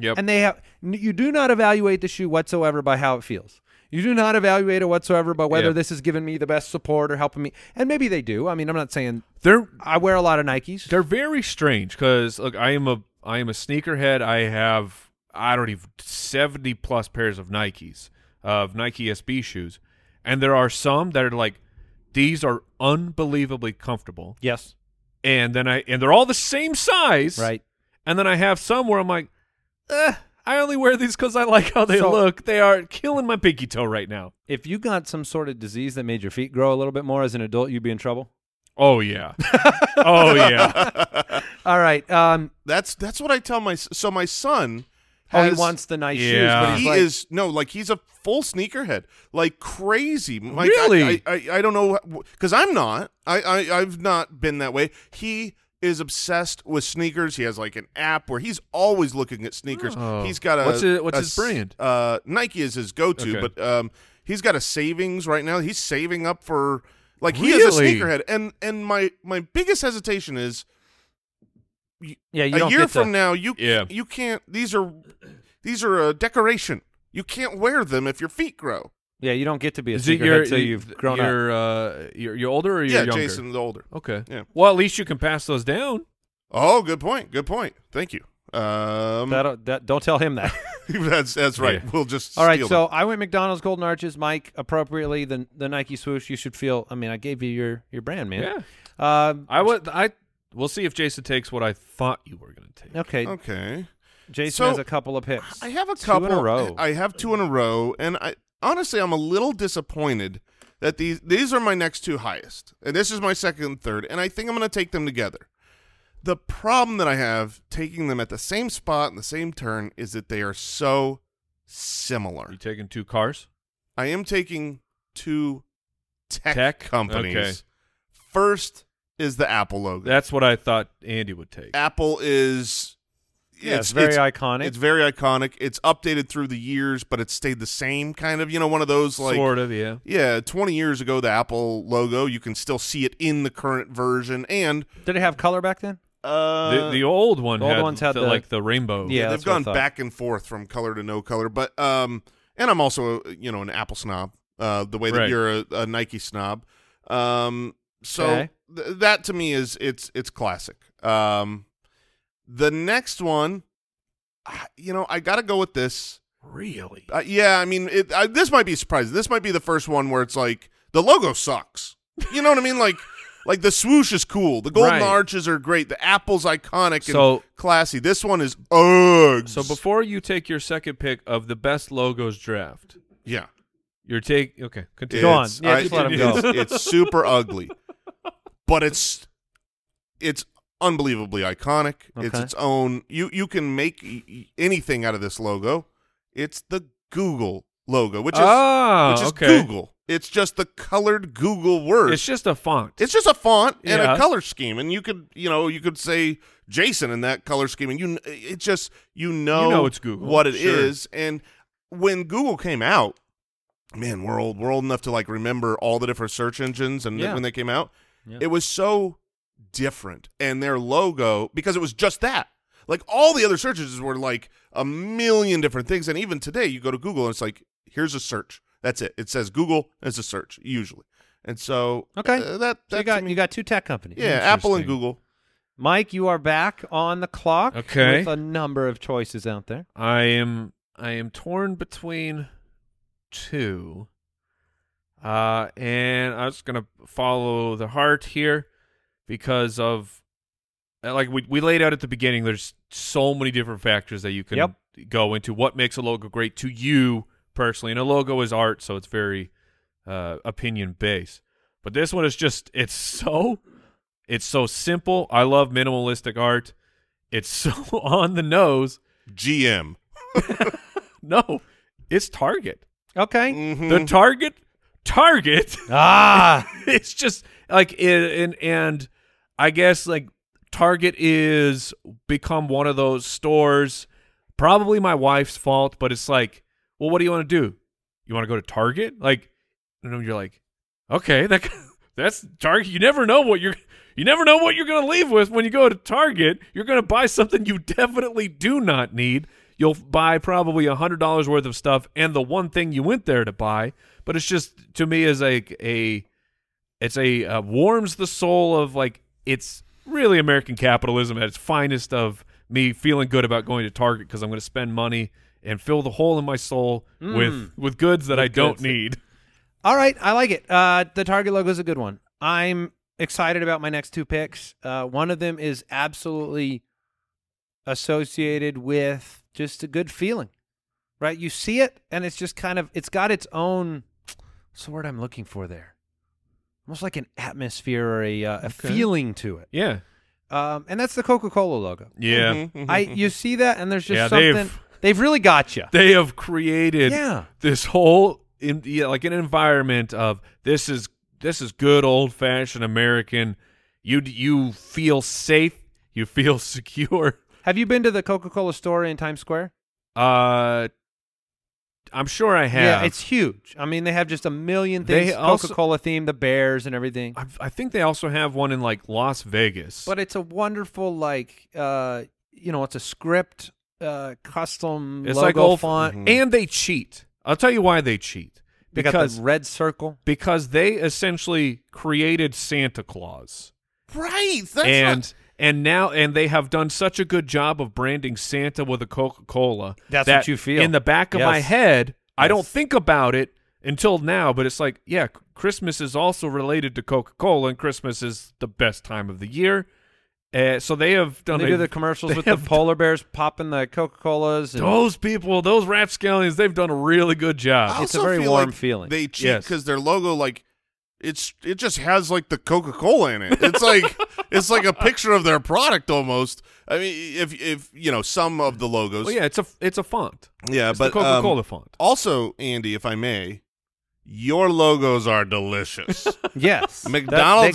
[SPEAKER 2] Yep.
[SPEAKER 1] And they have. n- You do not evaluate the shoe whatsoever by how it feels. You do not evaluate it whatsoever about whether
[SPEAKER 2] Yeah.
[SPEAKER 1] this is giving me the best support or helping me. And maybe they do. I mean, I'm not saying
[SPEAKER 2] They're
[SPEAKER 1] I wear a lot of Nikes.
[SPEAKER 2] They're very strange because look, I am a I am a sneakerhead. I have I don't even seventy plus pairs of Nikes of Nike SB shoes, and there are some that are like these are unbelievably comfortable,
[SPEAKER 1] yes.
[SPEAKER 2] and then I and they're all the same size,
[SPEAKER 1] Right.
[SPEAKER 2] And then I have some where I'm like, eh, I only wear these because I like how they
[SPEAKER 1] So-
[SPEAKER 2] look. They are killing my pinky toe right now.
[SPEAKER 1] If you got some sort of disease that made your feet grow a little bit more as an adult, you'd be in trouble.
[SPEAKER 2] Oh yeah, oh yeah.
[SPEAKER 1] All right. Um,
[SPEAKER 3] That's that's what I tell my s- so my son.
[SPEAKER 1] oh,
[SPEAKER 3] Has,
[SPEAKER 1] he wants the nice shoes, but
[SPEAKER 2] Yeah.
[SPEAKER 1] he's
[SPEAKER 3] he
[SPEAKER 1] like,
[SPEAKER 3] is no like he's a full sneakerhead like crazy like,
[SPEAKER 2] Really?
[SPEAKER 3] I, I, I don't know because i'm not I, I i've not been that way he is obsessed with sneakers he has like an app where he's always looking at sneakers
[SPEAKER 2] Oh.
[SPEAKER 3] he's got a
[SPEAKER 2] What's it- what's
[SPEAKER 3] a
[SPEAKER 2] his
[SPEAKER 3] s-
[SPEAKER 2] brand?
[SPEAKER 3] uh nike is his go-to
[SPEAKER 2] Okay.
[SPEAKER 3] but um he's got a savings right now he's saving up for like he is a
[SPEAKER 2] Really?
[SPEAKER 3] sneakerhead and and my my biggest hesitation is
[SPEAKER 1] yeah, you
[SPEAKER 3] a
[SPEAKER 1] don't
[SPEAKER 3] year
[SPEAKER 1] get to-
[SPEAKER 3] from now you
[SPEAKER 2] Yeah.
[SPEAKER 3] you can't these are these are a decoration you can't wear them if your feet grow
[SPEAKER 1] yeah, you don't get to be a
[SPEAKER 2] Is it your
[SPEAKER 1] sneakerhead until you've grown up.
[SPEAKER 2] you're, Uh, you're you're older or you're
[SPEAKER 3] yeah
[SPEAKER 2] younger?
[SPEAKER 3] jason the older
[SPEAKER 2] Okay.
[SPEAKER 3] Yeah.
[SPEAKER 2] Well, at least you can pass those down.
[SPEAKER 3] oh good point good point thank you um
[SPEAKER 1] That, that, don't tell him that.
[SPEAKER 3] that's that's right
[SPEAKER 2] Yeah.
[SPEAKER 3] we'll just
[SPEAKER 1] All right,
[SPEAKER 3] steal
[SPEAKER 1] so I went McDonald's Golden Arches, Mike. Appropriately, the the Nike swoosh. You should feel. I mean, I gave you your your brand, man. Yeah. Um,
[SPEAKER 2] I would. I. We'll see if Jason takes what I thought you were going to take.
[SPEAKER 1] okay.
[SPEAKER 3] them. okay
[SPEAKER 1] Jason
[SPEAKER 3] So-
[SPEAKER 1] has a couple of picks.
[SPEAKER 3] i have a
[SPEAKER 1] Two
[SPEAKER 3] couple
[SPEAKER 1] in a row.
[SPEAKER 3] i have two in a row and i honestly i'm a little disappointed that these these are my next two highest and this is my second and third and i think i'm going to take them together the problem that i have taking them at the same spot and the same turn is that they are so similar
[SPEAKER 2] Are you taking two cars?
[SPEAKER 3] I am taking two tech,
[SPEAKER 2] Tech?
[SPEAKER 3] companies.
[SPEAKER 2] Okay.
[SPEAKER 3] First is the Apple logo.
[SPEAKER 2] That's what I thought Andy would take.
[SPEAKER 3] Apple is
[SPEAKER 1] yeah, it's, very iconic.
[SPEAKER 3] It's very iconic. It's updated through the years, but it's stayed the same kind of, you know, one of those like
[SPEAKER 2] sort of. Yeah.
[SPEAKER 3] yeah, 20 years ago the Apple logo, you can still see it in the current version and
[SPEAKER 1] Did it have color back then?
[SPEAKER 3] uh
[SPEAKER 2] the, the old one.
[SPEAKER 1] the old
[SPEAKER 2] had
[SPEAKER 1] ones had
[SPEAKER 2] the,
[SPEAKER 1] the-
[SPEAKER 2] like the rainbow.
[SPEAKER 1] Yeah.
[SPEAKER 3] they've
[SPEAKER 1] that's what I
[SPEAKER 3] gone
[SPEAKER 1] thought.
[SPEAKER 3] back and forth from color to no color, but um and I'm also, you know, an Apple snob. Uh the way that
[SPEAKER 2] Right.
[SPEAKER 3] you're a, a Nike snob. Um so
[SPEAKER 1] Okay.
[SPEAKER 3] th- that to me is it's it's classic. Um the next one I- you know, I got to go with this.
[SPEAKER 2] Really.
[SPEAKER 3] Uh, yeah, I mean, it, I, this might be surprising. This might be the first one where it's like the logo sucks. You know what I mean? Like, like the swoosh is cool. The golden
[SPEAKER 2] Right.
[SPEAKER 3] arches are great. The apple's iconic and
[SPEAKER 2] So-
[SPEAKER 3] classy. This one is ugh.
[SPEAKER 2] So before you take your second pick of the best logos draft,
[SPEAKER 3] yeah,
[SPEAKER 2] you're take. Okay. Continue.
[SPEAKER 1] Go on.
[SPEAKER 3] It's-
[SPEAKER 1] Yeah, just let 'em go.
[SPEAKER 3] It's, it's super ugly, but it's it's unbelievably iconic. It's
[SPEAKER 1] Okay.
[SPEAKER 3] its own. You you can make y- y- anything out of this logo. It's the Google logo, which is
[SPEAKER 2] oh,
[SPEAKER 3] which is
[SPEAKER 2] okay.
[SPEAKER 3] Google. It's just the colored Google word.
[SPEAKER 2] It's just a font.
[SPEAKER 3] It's just a font and a
[SPEAKER 2] Yeah.
[SPEAKER 3] color scheme, and you could you know you could say Jason in that color scheme, and you kn- it just you know,
[SPEAKER 2] know it's Google,
[SPEAKER 3] what it is.
[SPEAKER 2] sure.
[SPEAKER 3] and when Google came out, man, we're old we're old enough to like remember all the different search engines and th-
[SPEAKER 1] Yeah.
[SPEAKER 3] when they came out,
[SPEAKER 1] Yeah.
[SPEAKER 3] it was so different, and their logo because it was just that. Like all the other search engines were like a million different things, and even today you go to Google and it's like here's a search. That's it. It says Google as a search usually, and so
[SPEAKER 1] Okay.
[SPEAKER 3] uh, that
[SPEAKER 1] So you
[SPEAKER 3] that to
[SPEAKER 1] got
[SPEAKER 3] me-
[SPEAKER 1] you got two tech companies.
[SPEAKER 3] yeah, Apple and
[SPEAKER 2] Interesting.
[SPEAKER 3] Google.
[SPEAKER 1] Mike, you are back on the clock.
[SPEAKER 2] Okay.
[SPEAKER 1] With a number of choices out there.
[SPEAKER 2] I am I am torn between two. Uh and I'm just gonna follow the heart here because of uh, like we we laid out at the beginning, there's so many different factors that you can
[SPEAKER 1] Yep.
[SPEAKER 2] go into what makes a logo great to you personally. And a logo is art, so it's very uh opinion based. But this one is just it's so it's so simple. I love minimalistic art. It's so on the nose.
[SPEAKER 3] GM.
[SPEAKER 2] No, it's Target.
[SPEAKER 5] Ah.
[SPEAKER 1] Okay.
[SPEAKER 5] Mm-hmm.
[SPEAKER 2] The Target, Target.
[SPEAKER 1] Ah.
[SPEAKER 2] it's just like it, and and I guess like Target is become one of those stores. Probably my wife's fault, but it's like, well, what do you want to do? You want to go to Target? Like, and then you're like, okay, that that's Target. You never know what you're. You never know what you're going to leave with when you go to Target. You're going to buy something you definitely do not need. You'll buy probably a hundred dollars worth of stuff, and the one thing you went there to buy. But it's just to me is like a, it's a uh, warms the soul of like it's really American capitalism at its finest of me feeling good about going to Target because I'm going to spend money and fill the hole in my soul with Mm. with goods that I don't need.
[SPEAKER 1] All right, I like it. Uh, the Target logo is a good one. I'm excited about my next two picks. Uh, one of them is absolutely associated with just a good feeling, right? You see it, and it's just kind of it's got its own. What's the word I'm looking for there? Almost like an atmosphere or a, uh, a feeling to it.
[SPEAKER 2] Yeah,
[SPEAKER 1] Um, and that's the Coca-Cola logo.
[SPEAKER 2] yeah.
[SPEAKER 1] I you see that, and there's just
[SPEAKER 2] Yeah,
[SPEAKER 1] something
[SPEAKER 2] they've-
[SPEAKER 1] they've, really got you.
[SPEAKER 2] they have created
[SPEAKER 1] Yeah.
[SPEAKER 2] this whole in, yeah, like an environment of this is this is good old fashioned American. You you feel safe, you feel secure.
[SPEAKER 1] Have you been to the Coca-Cola store in Times Square?
[SPEAKER 2] Uh, I'm sure I have.
[SPEAKER 1] Yeah, it's huge. I mean, they have just a million
[SPEAKER 2] They
[SPEAKER 1] things.
[SPEAKER 2] also-
[SPEAKER 1] Coca Cola theme, the bears and everything.
[SPEAKER 2] I, I think they also have one in like Las Vegas.
[SPEAKER 1] But it's a wonderful, like, uh, you know, it's a script, uh, custom
[SPEAKER 2] it's
[SPEAKER 1] logo
[SPEAKER 2] like old
[SPEAKER 1] font. Mm-hmm.
[SPEAKER 2] and they cheat. I'll tell you why they cheat.
[SPEAKER 1] They got
[SPEAKER 2] Because
[SPEAKER 1] the red circle.
[SPEAKER 2] because they essentially created Santa Claus.
[SPEAKER 3] Right. That's
[SPEAKER 2] and
[SPEAKER 3] not-
[SPEAKER 2] and now and they have done such a good job of branding Santa with a Coca Cola.
[SPEAKER 1] That's what you feel.
[SPEAKER 2] in the back of my
[SPEAKER 1] Yes.
[SPEAKER 2] head. I don't
[SPEAKER 1] Yes.
[SPEAKER 2] think about it until now, but it's like, yeah, C- Christmas is also related to Coca Cola, and Christmas is the best time of the year. Uh, so they have done.
[SPEAKER 1] And they
[SPEAKER 2] a-
[SPEAKER 1] do the commercials
[SPEAKER 2] they
[SPEAKER 1] with the
[SPEAKER 2] have-
[SPEAKER 1] polar bears popping the Coca Colas.
[SPEAKER 2] Those people, those rapscallions, they've done a really good
[SPEAKER 3] I
[SPEAKER 2] job.
[SPEAKER 1] Uh, it's a
[SPEAKER 3] also
[SPEAKER 1] very
[SPEAKER 3] feel
[SPEAKER 1] warm
[SPEAKER 3] like
[SPEAKER 1] feeling.
[SPEAKER 3] They cheat
[SPEAKER 2] Yes.
[SPEAKER 3] because their logo, like, it's it just has like the Coca Cola in it. It's like it's like a picture of their product almost. I mean, if if you know some of the logos,
[SPEAKER 2] Well, yeah, it's a it's a font.
[SPEAKER 3] yeah,
[SPEAKER 2] It's
[SPEAKER 3] but
[SPEAKER 2] the Coca Cola
[SPEAKER 3] um,
[SPEAKER 2] font.
[SPEAKER 3] also, Andy, if I may, your logos are delicious.
[SPEAKER 1] yes,
[SPEAKER 3] McDonald's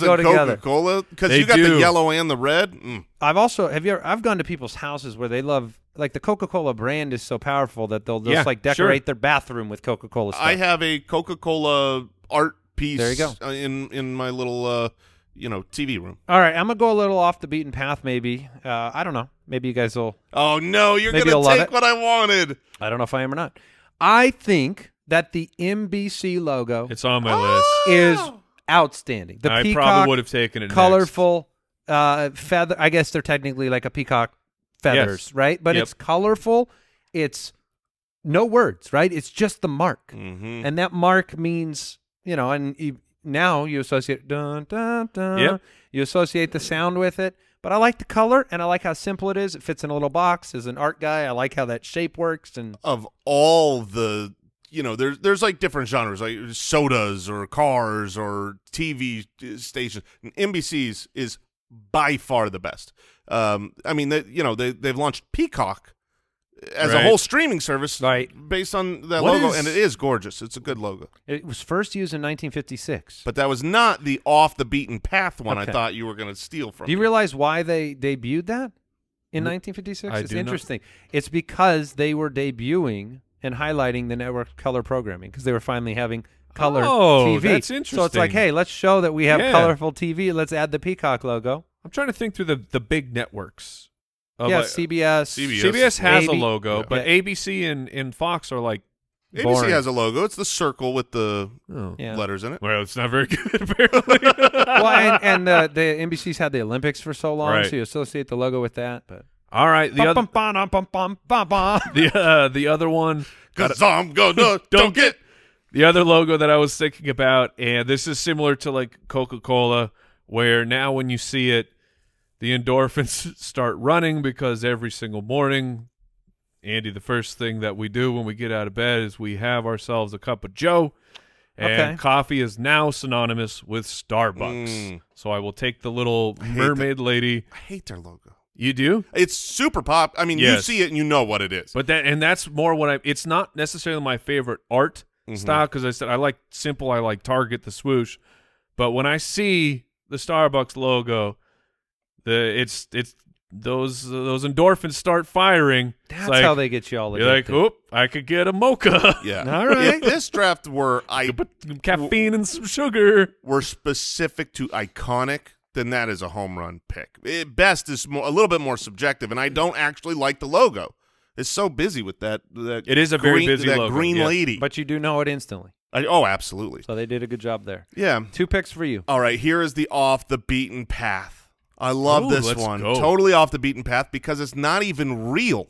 [SPEAKER 1] that, they go
[SPEAKER 3] and
[SPEAKER 1] together.
[SPEAKER 3] Coca Cola because
[SPEAKER 2] They
[SPEAKER 3] you got
[SPEAKER 2] do.
[SPEAKER 3] the yellow and the red. Mm.
[SPEAKER 1] I've also have you ever, I've gone to people's houses where they love like the Coca Cola brand is so powerful that they'll just
[SPEAKER 2] Yeah,
[SPEAKER 1] like
[SPEAKER 2] sure.
[SPEAKER 1] decorate their bathroom with Coca Cola stuff.
[SPEAKER 3] I have a Coca Cola art piece.
[SPEAKER 1] There you go.
[SPEAKER 3] uh, In in my little uh, you know TV room.
[SPEAKER 1] All right, I'm gonna go a little off the beaten path. Maybe uh, I don't know. Maybe you guys will.
[SPEAKER 3] Oh no, you're
[SPEAKER 1] Maybe you'll
[SPEAKER 3] gonna
[SPEAKER 1] love
[SPEAKER 3] take
[SPEAKER 1] it.
[SPEAKER 3] what I wanted.
[SPEAKER 1] I don't know if I am or not. I think that the MBC logo
[SPEAKER 2] It's on my list.
[SPEAKER 1] is outstanding. Ah! The
[SPEAKER 2] I
[SPEAKER 1] peacock,
[SPEAKER 2] probably would have taken it. next.
[SPEAKER 1] colorful uh, feather. I guess they're technically like a peacock feathers,
[SPEAKER 2] Yes.
[SPEAKER 1] right? But
[SPEAKER 2] Yep.
[SPEAKER 1] it's colorful. It's no words, right? It's just the mark,
[SPEAKER 3] Mm-hmm.
[SPEAKER 1] and that mark means you know. And you, now you associate dun dun dun.
[SPEAKER 2] Yep.
[SPEAKER 1] You associate the sound with it. But I like the color, and I like how simple it is. It fits in a little box. As an art guy, I like how that shape works, and
[SPEAKER 3] Of all the you know, there's there's like different genres, like sodas or cars or TV stations. And NBC's is by far the best. Um, I mean, they, you know, they they've launched Peacock as a
[SPEAKER 2] Right.
[SPEAKER 3] whole streaming service,
[SPEAKER 1] Right.
[SPEAKER 3] Based on that
[SPEAKER 2] What
[SPEAKER 3] logo,
[SPEAKER 2] is-
[SPEAKER 3] and it is gorgeous. It's a good logo.
[SPEAKER 1] It was first used in 1956.
[SPEAKER 3] But that was not the off the beaten path one
[SPEAKER 1] Okay.
[SPEAKER 3] I thought you were going to steal from.
[SPEAKER 1] Do you realize why they debuted that in 1956?
[SPEAKER 2] I
[SPEAKER 1] it's
[SPEAKER 2] do not.
[SPEAKER 1] interesting. It's because they were debuting and highlighting the network color programming because they were finally having color
[SPEAKER 2] Oh,
[SPEAKER 1] TV.
[SPEAKER 2] that's
[SPEAKER 1] So it's like,
[SPEAKER 2] interesting.
[SPEAKER 1] hey, let's show that we have
[SPEAKER 2] Yeah.
[SPEAKER 1] colorful TV. Let's add the peacock logo.
[SPEAKER 2] I'm trying to think through the the big networks. Of
[SPEAKER 1] yeah,
[SPEAKER 2] like-
[SPEAKER 1] CBS.
[SPEAKER 2] CBS has a
[SPEAKER 1] AB
[SPEAKER 2] logo,
[SPEAKER 1] Yeah.
[SPEAKER 2] but
[SPEAKER 1] Yeah.
[SPEAKER 2] ABC and, and Fox are like,
[SPEAKER 3] ABC
[SPEAKER 1] boring.
[SPEAKER 3] has a logo. It's the circle with the
[SPEAKER 2] oh.
[SPEAKER 1] Yeah.
[SPEAKER 3] letters in it.
[SPEAKER 2] well, it's not very good, apparently.
[SPEAKER 1] well, and, and uh, the NBC's had the Olympics for so long,
[SPEAKER 2] Right.
[SPEAKER 1] so you associate the logo with that. But
[SPEAKER 2] All right, the other
[SPEAKER 1] Bum-bum-ba-dum-bum-bum-bum.
[SPEAKER 2] the uh, the other one,
[SPEAKER 3] Cause I'm gonna don't get.
[SPEAKER 2] the other logo that I was thinking about, and this is similar to like Coca Cola, where now when you see it, the endorphins start running because every single morning, Andy, the first thing that we do when we get out of bed is we have ourselves a cup of Joe. And
[SPEAKER 1] Okay.
[SPEAKER 2] coffee is now synonymous with Starbucks.
[SPEAKER 3] Mm.
[SPEAKER 2] So I will take the little
[SPEAKER 3] hate
[SPEAKER 2] mermaid lady.
[SPEAKER 3] I hate their logo.
[SPEAKER 2] You do?
[SPEAKER 3] It's super pop. I mean,
[SPEAKER 2] Yes.
[SPEAKER 3] you see it and you know what it is.
[SPEAKER 2] But that and that's more what I. It's not necessarily my favorite art
[SPEAKER 3] Mhm.
[SPEAKER 2] style because I said I like simple. I like Target the swoosh, but when I see the Starbucks logo, the it's it's those those endorphins start firing. It's
[SPEAKER 1] That's
[SPEAKER 2] like-
[SPEAKER 1] how they get you all.
[SPEAKER 2] You're like,
[SPEAKER 1] addicted.
[SPEAKER 2] oop! I could get a mocha.
[SPEAKER 3] yeah,
[SPEAKER 1] All right.
[SPEAKER 3] If this draft were I
[SPEAKER 2] But caffeine and some sugar.
[SPEAKER 3] were specific to iconic, then that Eh, is a home run pick. It, best is more, a little bit more subjective, and I don't actually like the logo. is so busy with that. that
[SPEAKER 2] It is a very
[SPEAKER 3] green-
[SPEAKER 2] busy
[SPEAKER 3] that
[SPEAKER 2] logo,
[SPEAKER 3] green
[SPEAKER 2] yeah.
[SPEAKER 3] lady.
[SPEAKER 1] But you do know it instantly.
[SPEAKER 3] I, oh, absolutely.
[SPEAKER 1] So they did a good job there.
[SPEAKER 3] Yeah.
[SPEAKER 1] Two picks for you.
[SPEAKER 3] All right, here is the off the beaten path. I love
[SPEAKER 2] Ooh,
[SPEAKER 3] this
[SPEAKER 2] let's
[SPEAKER 3] one.
[SPEAKER 2] go.
[SPEAKER 3] Totally off the beaten path because it's not even real,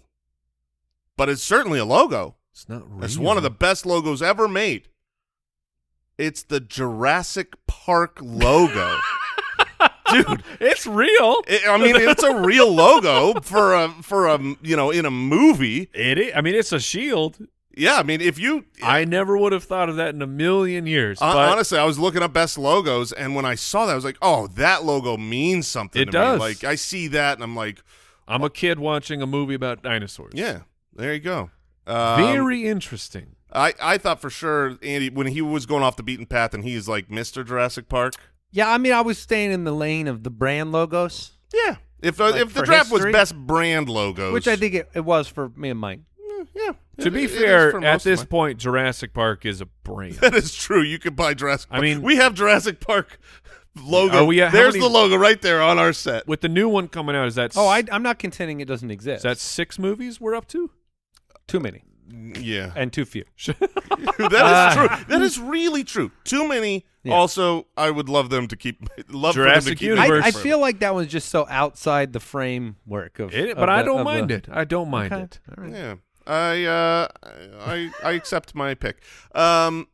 [SPEAKER 3] but it's certainly a logo.
[SPEAKER 2] It's not real.
[SPEAKER 3] It's one of the best logos ever made. It's the Jurassic Park logo.
[SPEAKER 2] dude. It's real.
[SPEAKER 3] It- I mean, it's a real logo for a for a you know in a movie.
[SPEAKER 2] It is. I mean, it's a shield.
[SPEAKER 3] Yeah, I mean, if you
[SPEAKER 2] I never would have thought of that in a million years.
[SPEAKER 3] Hon-
[SPEAKER 2] but
[SPEAKER 3] honestly, I was looking up best logos, and when I saw that, I was like, "Oh, that logo means something."
[SPEAKER 2] It
[SPEAKER 3] to
[SPEAKER 2] does.
[SPEAKER 3] Me. Like I see that, and I'm like,
[SPEAKER 2] I'm a kid watching a movie about dinosaurs.
[SPEAKER 3] "Yeah, there you go." Um,
[SPEAKER 2] Very interesting.
[SPEAKER 3] I I thought for sure Andy when he was going off the beaten path, and he's like Mr. Jurassic Park.
[SPEAKER 1] Yeah, I mean, I was staying in the lane of the brand logos,
[SPEAKER 3] Yeah. If uh,
[SPEAKER 1] Like
[SPEAKER 3] if the
[SPEAKER 1] for
[SPEAKER 3] draft
[SPEAKER 1] history?
[SPEAKER 3] was best brand logos,
[SPEAKER 1] which I think it, it was for me and Mike.
[SPEAKER 3] Mm, yeah.
[SPEAKER 2] To
[SPEAKER 3] It-
[SPEAKER 2] be
[SPEAKER 3] it is for
[SPEAKER 2] fair,
[SPEAKER 3] most
[SPEAKER 2] at
[SPEAKER 3] of
[SPEAKER 2] this
[SPEAKER 3] mine.
[SPEAKER 2] point, Jurassic Park is a brand.
[SPEAKER 3] that is true. You could buy Jurassic.
[SPEAKER 2] I
[SPEAKER 3] Park.
[SPEAKER 2] mean-
[SPEAKER 3] we have Jurassic Park logo.
[SPEAKER 2] Are we at- how
[SPEAKER 3] There's
[SPEAKER 2] many-
[SPEAKER 3] the logo right there on our set.
[SPEAKER 2] With the new one coming out, is that
[SPEAKER 1] Oh, I,
[SPEAKER 2] s-
[SPEAKER 1] I'm not contending it doesn't
[SPEAKER 2] is
[SPEAKER 1] exist.
[SPEAKER 2] that six movies we're up to?
[SPEAKER 1] too many
[SPEAKER 3] Yeah,
[SPEAKER 1] and too few.
[SPEAKER 2] Uh,
[SPEAKER 3] that is true. That is really true. Too many. Also, I would love them to keep love for them
[SPEAKER 2] Jurassic
[SPEAKER 3] to keep
[SPEAKER 1] I,
[SPEAKER 2] Universe.
[SPEAKER 1] I feel like that one's just so outside the framework of.
[SPEAKER 2] It,
[SPEAKER 1] of
[SPEAKER 2] but I
[SPEAKER 1] the-
[SPEAKER 2] don't
[SPEAKER 1] of
[SPEAKER 2] mind
[SPEAKER 1] the-
[SPEAKER 2] it. I don't mind
[SPEAKER 1] Okay.
[SPEAKER 2] it.
[SPEAKER 1] All right.
[SPEAKER 3] Yeah, I uh, I I accept my pick. Um,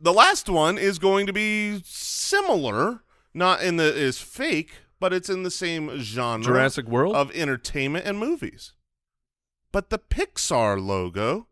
[SPEAKER 3] the last one is going to be similar, not in the is fake, but it's in the same genre
[SPEAKER 2] Jurassic World.
[SPEAKER 3] of entertainment and movies. But the Pixar logo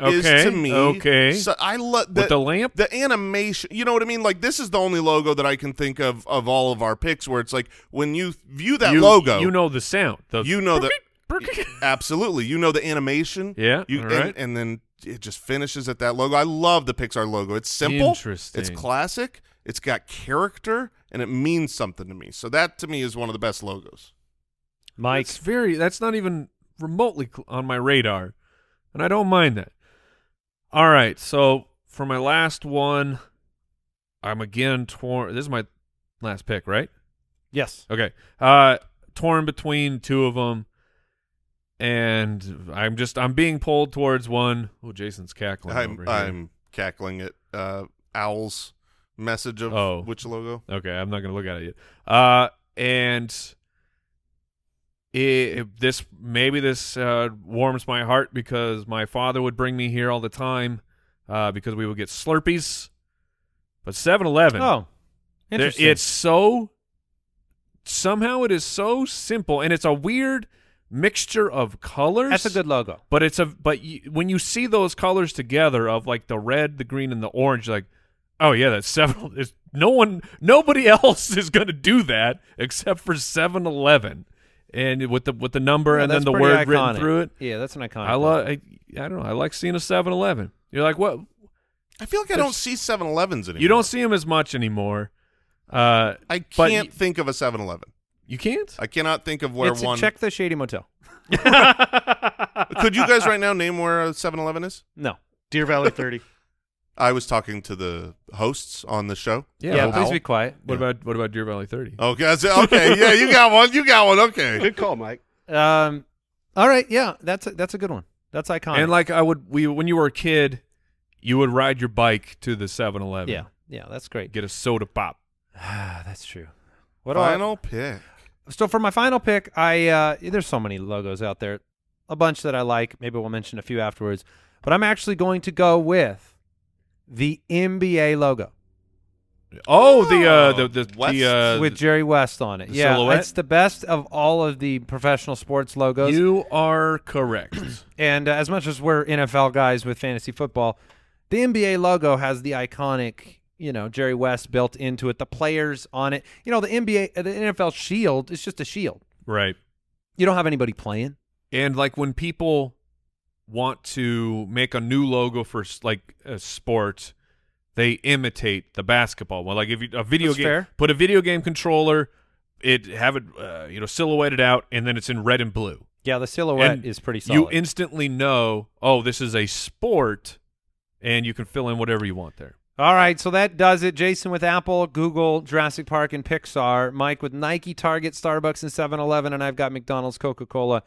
[SPEAKER 3] is
[SPEAKER 2] okay.
[SPEAKER 3] to me
[SPEAKER 2] okay.
[SPEAKER 3] So I love
[SPEAKER 2] With the lamp.
[SPEAKER 3] the animation you know what i mean like this is the only logo that i can think of of all of our picks where it's like when you view that
[SPEAKER 2] you,
[SPEAKER 3] logo
[SPEAKER 2] You know the sound. The
[SPEAKER 3] you know the
[SPEAKER 2] Perky.
[SPEAKER 3] absolutely you know the animation
[SPEAKER 2] Yeah,
[SPEAKER 3] you
[SPEAKER 2] all
[SPEAKER 3] and,
[SPEAKER 2] right.
[SPEAKER 3] and then it just finishes at that logo i love the pixar logo it's simple it's
[SPEAKER 2] Interesting.
[SPEAKER 3] classic it's got character and it means something to me so that to me is one of the best logos
[SPEAKER 1] Mike,
[SPEAKER 2] That's very. That's not even remotely cl- on my radar, and I don't mind that. All right, so for my last one, I'm again torn. This is my last pick, right?
[SPEAKER 1] yes,
[SPEAKER 2] Okay. Uh, torn between two of them, and I'm just I'm being pulled towards one. Oh, Jason's cackling over
[SPEAKER 3] i'm
[SPEAKER 2] here.
[SPEAKER 3] i'm cackling at uh owl's message of
[SPEAKER 2] Oh.
[SPEAKER 3] which logo
[SPEAKER 2] Okay, I'm not gonna look at it yet. Uh, and it, this maybe this uh, warms my heart because my father would bring me here all the time uh, because we would get Slurpees. But 7-Eleven,
[SPEAKER 1] Oh,
[SPEAKER 2] there-
[SPEAKER 1] interesting.
[SPEAKER 2] it's so somehow it is so simple, and it's a weird mixture of colors.
[SPEAKER 1] that's a good logo.
[SPEAKER 2] But it's a but you, when you see those colors together of like the red, the green, and the orange, you're like, oh yeah, that's seven. It's, no one, nobody else is gonna do that except for Seven Eleven, and with the with the number
[SPEAKER 1] Yeah,
[SPEAKER 2] and then
[SPEAKER 1] that's
[SPEAKER 2] the
[SPEAKER 1] pretty
[SPEAKER 2] word
[SPEAKER 1] iconic.
[SPEAKER 2] written through it.
[SPEAKER 1] Yeah, that's an iconic.
[SPEAKER 2] I love. I, I don't know. I like seeing a 7-Eleven. You're like, what?
[SPEAKER 3] i feel like i
[SPEAKER 2] There's-
[SPEAKER 3] don't see 7-elevens anymore
[SPEAKER 2] You don't see them as much anymore. Uh,
[SPEAKER 3] i
[SPEAKER 2] but
[SPEAKER 3] can't
[SPEAKER 2] y-
[SPEAKER 3] think of a 7-eleven
[SPEAKER 2] you can't.
[SPEAKER 3] i cannot think of where
[SPEAKER 1] it's
[SPEAKER 3] one
[SPEAKER 1] check the shady motel.
[SPEAKER 3] Could you guys right now name where a 7-Eleven is?
[SPEAKER 1] No.
[SPEAKER 5] Deer Valley 30.
[SPEAKER 3] I was talking to the hosts on the show.
[SPEAKER 1] Yeah,
[SPEAKER 2] Yeah,
[SPEAKER 1] please
[SPEAKER 3] owl.
[SPEAKER 1] be quiet.
[SPEAKER 2] What about what about Deer Valley
[SPEAKER 1] Oh,
[SPEAKER 2] Thirty?
[SPEAKER 3] Okay, I said- okay, yeah, you got one, you got one. Okay,
[SPEAKER 5] Good call, Mike.
[SPEAKER 1] Um, all right, yeah, that's a, that's a good one. That's iconic.
[SPEAKER 2] And like I would, we when you were a kid, you would ride your bike to the 7-Eleven.
[SPEAKER 1] yeah, yeah, that's great.
[SPEAKER 2] get a soda pop.
[SPEAKER 1] Ah, that's true. What do I-
[SPEAKER 3] final pick.
[SPEAKER 1] So for my final pick, I uh, there's so many logos out there, a bunch that I like. Maybe we'll mention a few afterwards, but I'm actually going to go with the NBA logo
[SPEAKER 2] Oh, the uh, the the,
[SPEAKER 3] West-
[SPEAKER 2] the uh,
[SPEAKER 1] with Jerry West on it.
[SPEAKER 2] the
[SPEAKER 1] yeah,
[SPEAKER 2] silhouette?
[SPEAKER 1] it's the best of all of the professional sports logos.
[SPEAKER 2] you are correct.
[SPEAKER 1] And uh, as much as we're NFL guys with fantasy football, the NBA logo has the iconic, you know, Jerry West built into it. The players on it, you know, the NBA, uh, the NFL shield is just a shield.
[SPEAKER 2] right.
[SPEAKER 1] You don't have anybody playing.
[SPEAKER 2] And like when people want to make a new logo for s- like a sport, they imitate the basketball. Well, like if you, a video
[SPEAKER 1] That's
[SPEAKER 2] game,
[SPEAKER 1] fair.
[SPEAKER 2] put a video game controller, it have it uh, you know silhouetted out, and then it's in red and blue.
[SPEAKER 1] Yeah, the silhouette
[SPEAKER 2] And
[SPEAKER 1] is pretty
[SPEAKER 2] You
[SPEAKER 1] solid.
[SPEAKER 2] instantly know, oh, this is a sport, and you can fill in whatever you want there.
[SPEAKER 1] All right, so that does it. Jason with Apple, Google, Jurassic Park, and Pixar. Mike with Nike, Target, Starbucks, and 7 Eleven. And I've got McDonald's, Coca Cola,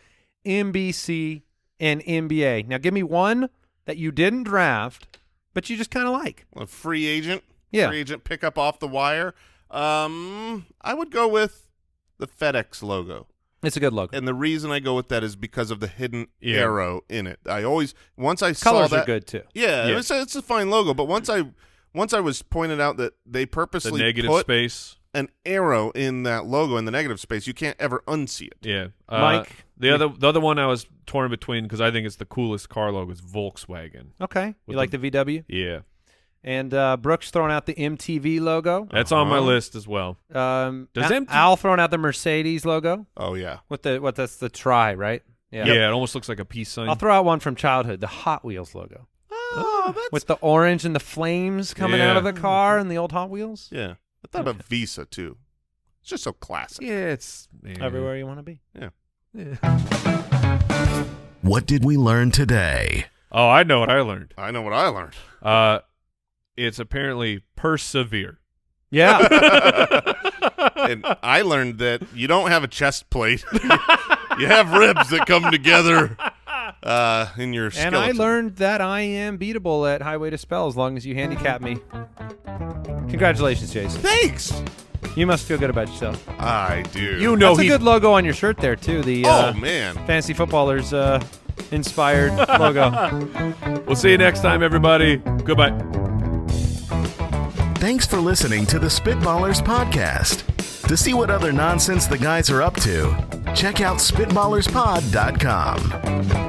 [SPEAKER 1] NBC, and NBA. Now, give me one that you didn't draft, but you just kind of like.
[SPEAKER 3] A free agent.
[SPEAKER 1] Yeah.
[SPEAKER 3] Free agent pickup off the wire. Um, I would go with the FedEx logo.
[SPEAKER 1] It's a good look.
[SPEAKER 3] And the reason I go with that is because of the hidden
[SPEAKER 2] Yeah.
[SPEAKER 3] arrow in it. I always once I saw
[SPEAKER 1] Colors
[SPEAKER 3] that
[SPEAKER 1] are good too.
[SPEAKER 3] Yeah,
[SPEAKER 2] Yeah.
[SPEAKER 3] It's, a, it's a fine logo, but once I once I was pointed out that they
[SPEAKER 2] The
[SPEAKER 3] purposely
[SPEAKER 2] negative
[SPEAKER 3] put
[SPEAKER 2] space.
[SPEAKER 3] an arrow in that logo in the negative space, you can't ever unsee it.
[SPEAKER 2] Yeah, Uh,
[SPEAKER 1] Mike?
[SPEAKER 2] The other the other one I was torn between because I think it's the coolest car logo is Volkswagen.
[SPEAKER 1] Okay, you
[SPEAKER 2] With
[SPEAKER 1] like the
[SPEAKER 2] the-
[SPEAKER 1] VW,
[SPEAKER 2] Yeah,
[SPEAKER 1] and uh, Brooks throwing out the MTV logo.
[SPEAKER 2] that's on
[SPEAKER 1] Uh-huh.
[SPEAKER 2] my list as well.
[SPEAKER 1] Um,
[SPEAKER 2] Does
[SPEAKER 1] Al,
[SPEAKER 2] MT
[SPEAKER 1] Al throwing out the Mercedes logo
[SPEAKER 3] Oh yeah.
[SPEAKER 1] with the what? That's the try, right?
[SPEAKER 2] Yeah, it almost looks like a peace sign.
[SPEAKER 1] I'll throw out one from childhood, the Hot Wheels logo.
[SPEAKER 3] Oh, that's
[SPEAKER 1] with the orange and the flames coming out
[SPEAKER 2] Yeah.
[SPEAKER 1] of the car and the old Hot Wheels.
[SPEAKER 3] yeah. I thought about Visa too. It's just so classic.
[SPEAKER 2] yeah, it's yeah.
[SPEAKER 1] Everywhere you want to be.
[SPEAKER 4] What did we learn today?
[SPEAKER 2] Oh, I know what I learned.
[SPEAKER 3] I know what I learned.
[SPEAKER 2] Uh, it's apparently persevere.
[SPEAKER 1] Yeah.
[SPEAKER 3] and I learned that you don't have a chest plate. you have ribs that come together uh, in your
[SPEAKER 1] and
[SPEAKER 3] skeleton.
[SPEAKER 1] I learned that I am beatable at Highway to Spell as long as you handicap me. Congratulations, Jason.
[SPEAKER 3] Thanks.
[SPEAKER 1] You must feel good about yourself.
[SPEAKER 3] I do.
[SPEAKER 2] You know
[SPEAKER 1] That's
[SPEAKER 2] he
[SPEAKER 1] a good logo on your shirt there too. The uh,
[SPEAKER 3] Oh man.
[SPEAKER 1] fantasy footballers uh, inspired logo.
[SPEAKER 2] We'll see you next time, everybody. Goodbye.
[SPEAKER 4] Thanks for listening to the Spitballers Podcast. To see what other nonsense the guys are up to, check out SpitballersPod.com.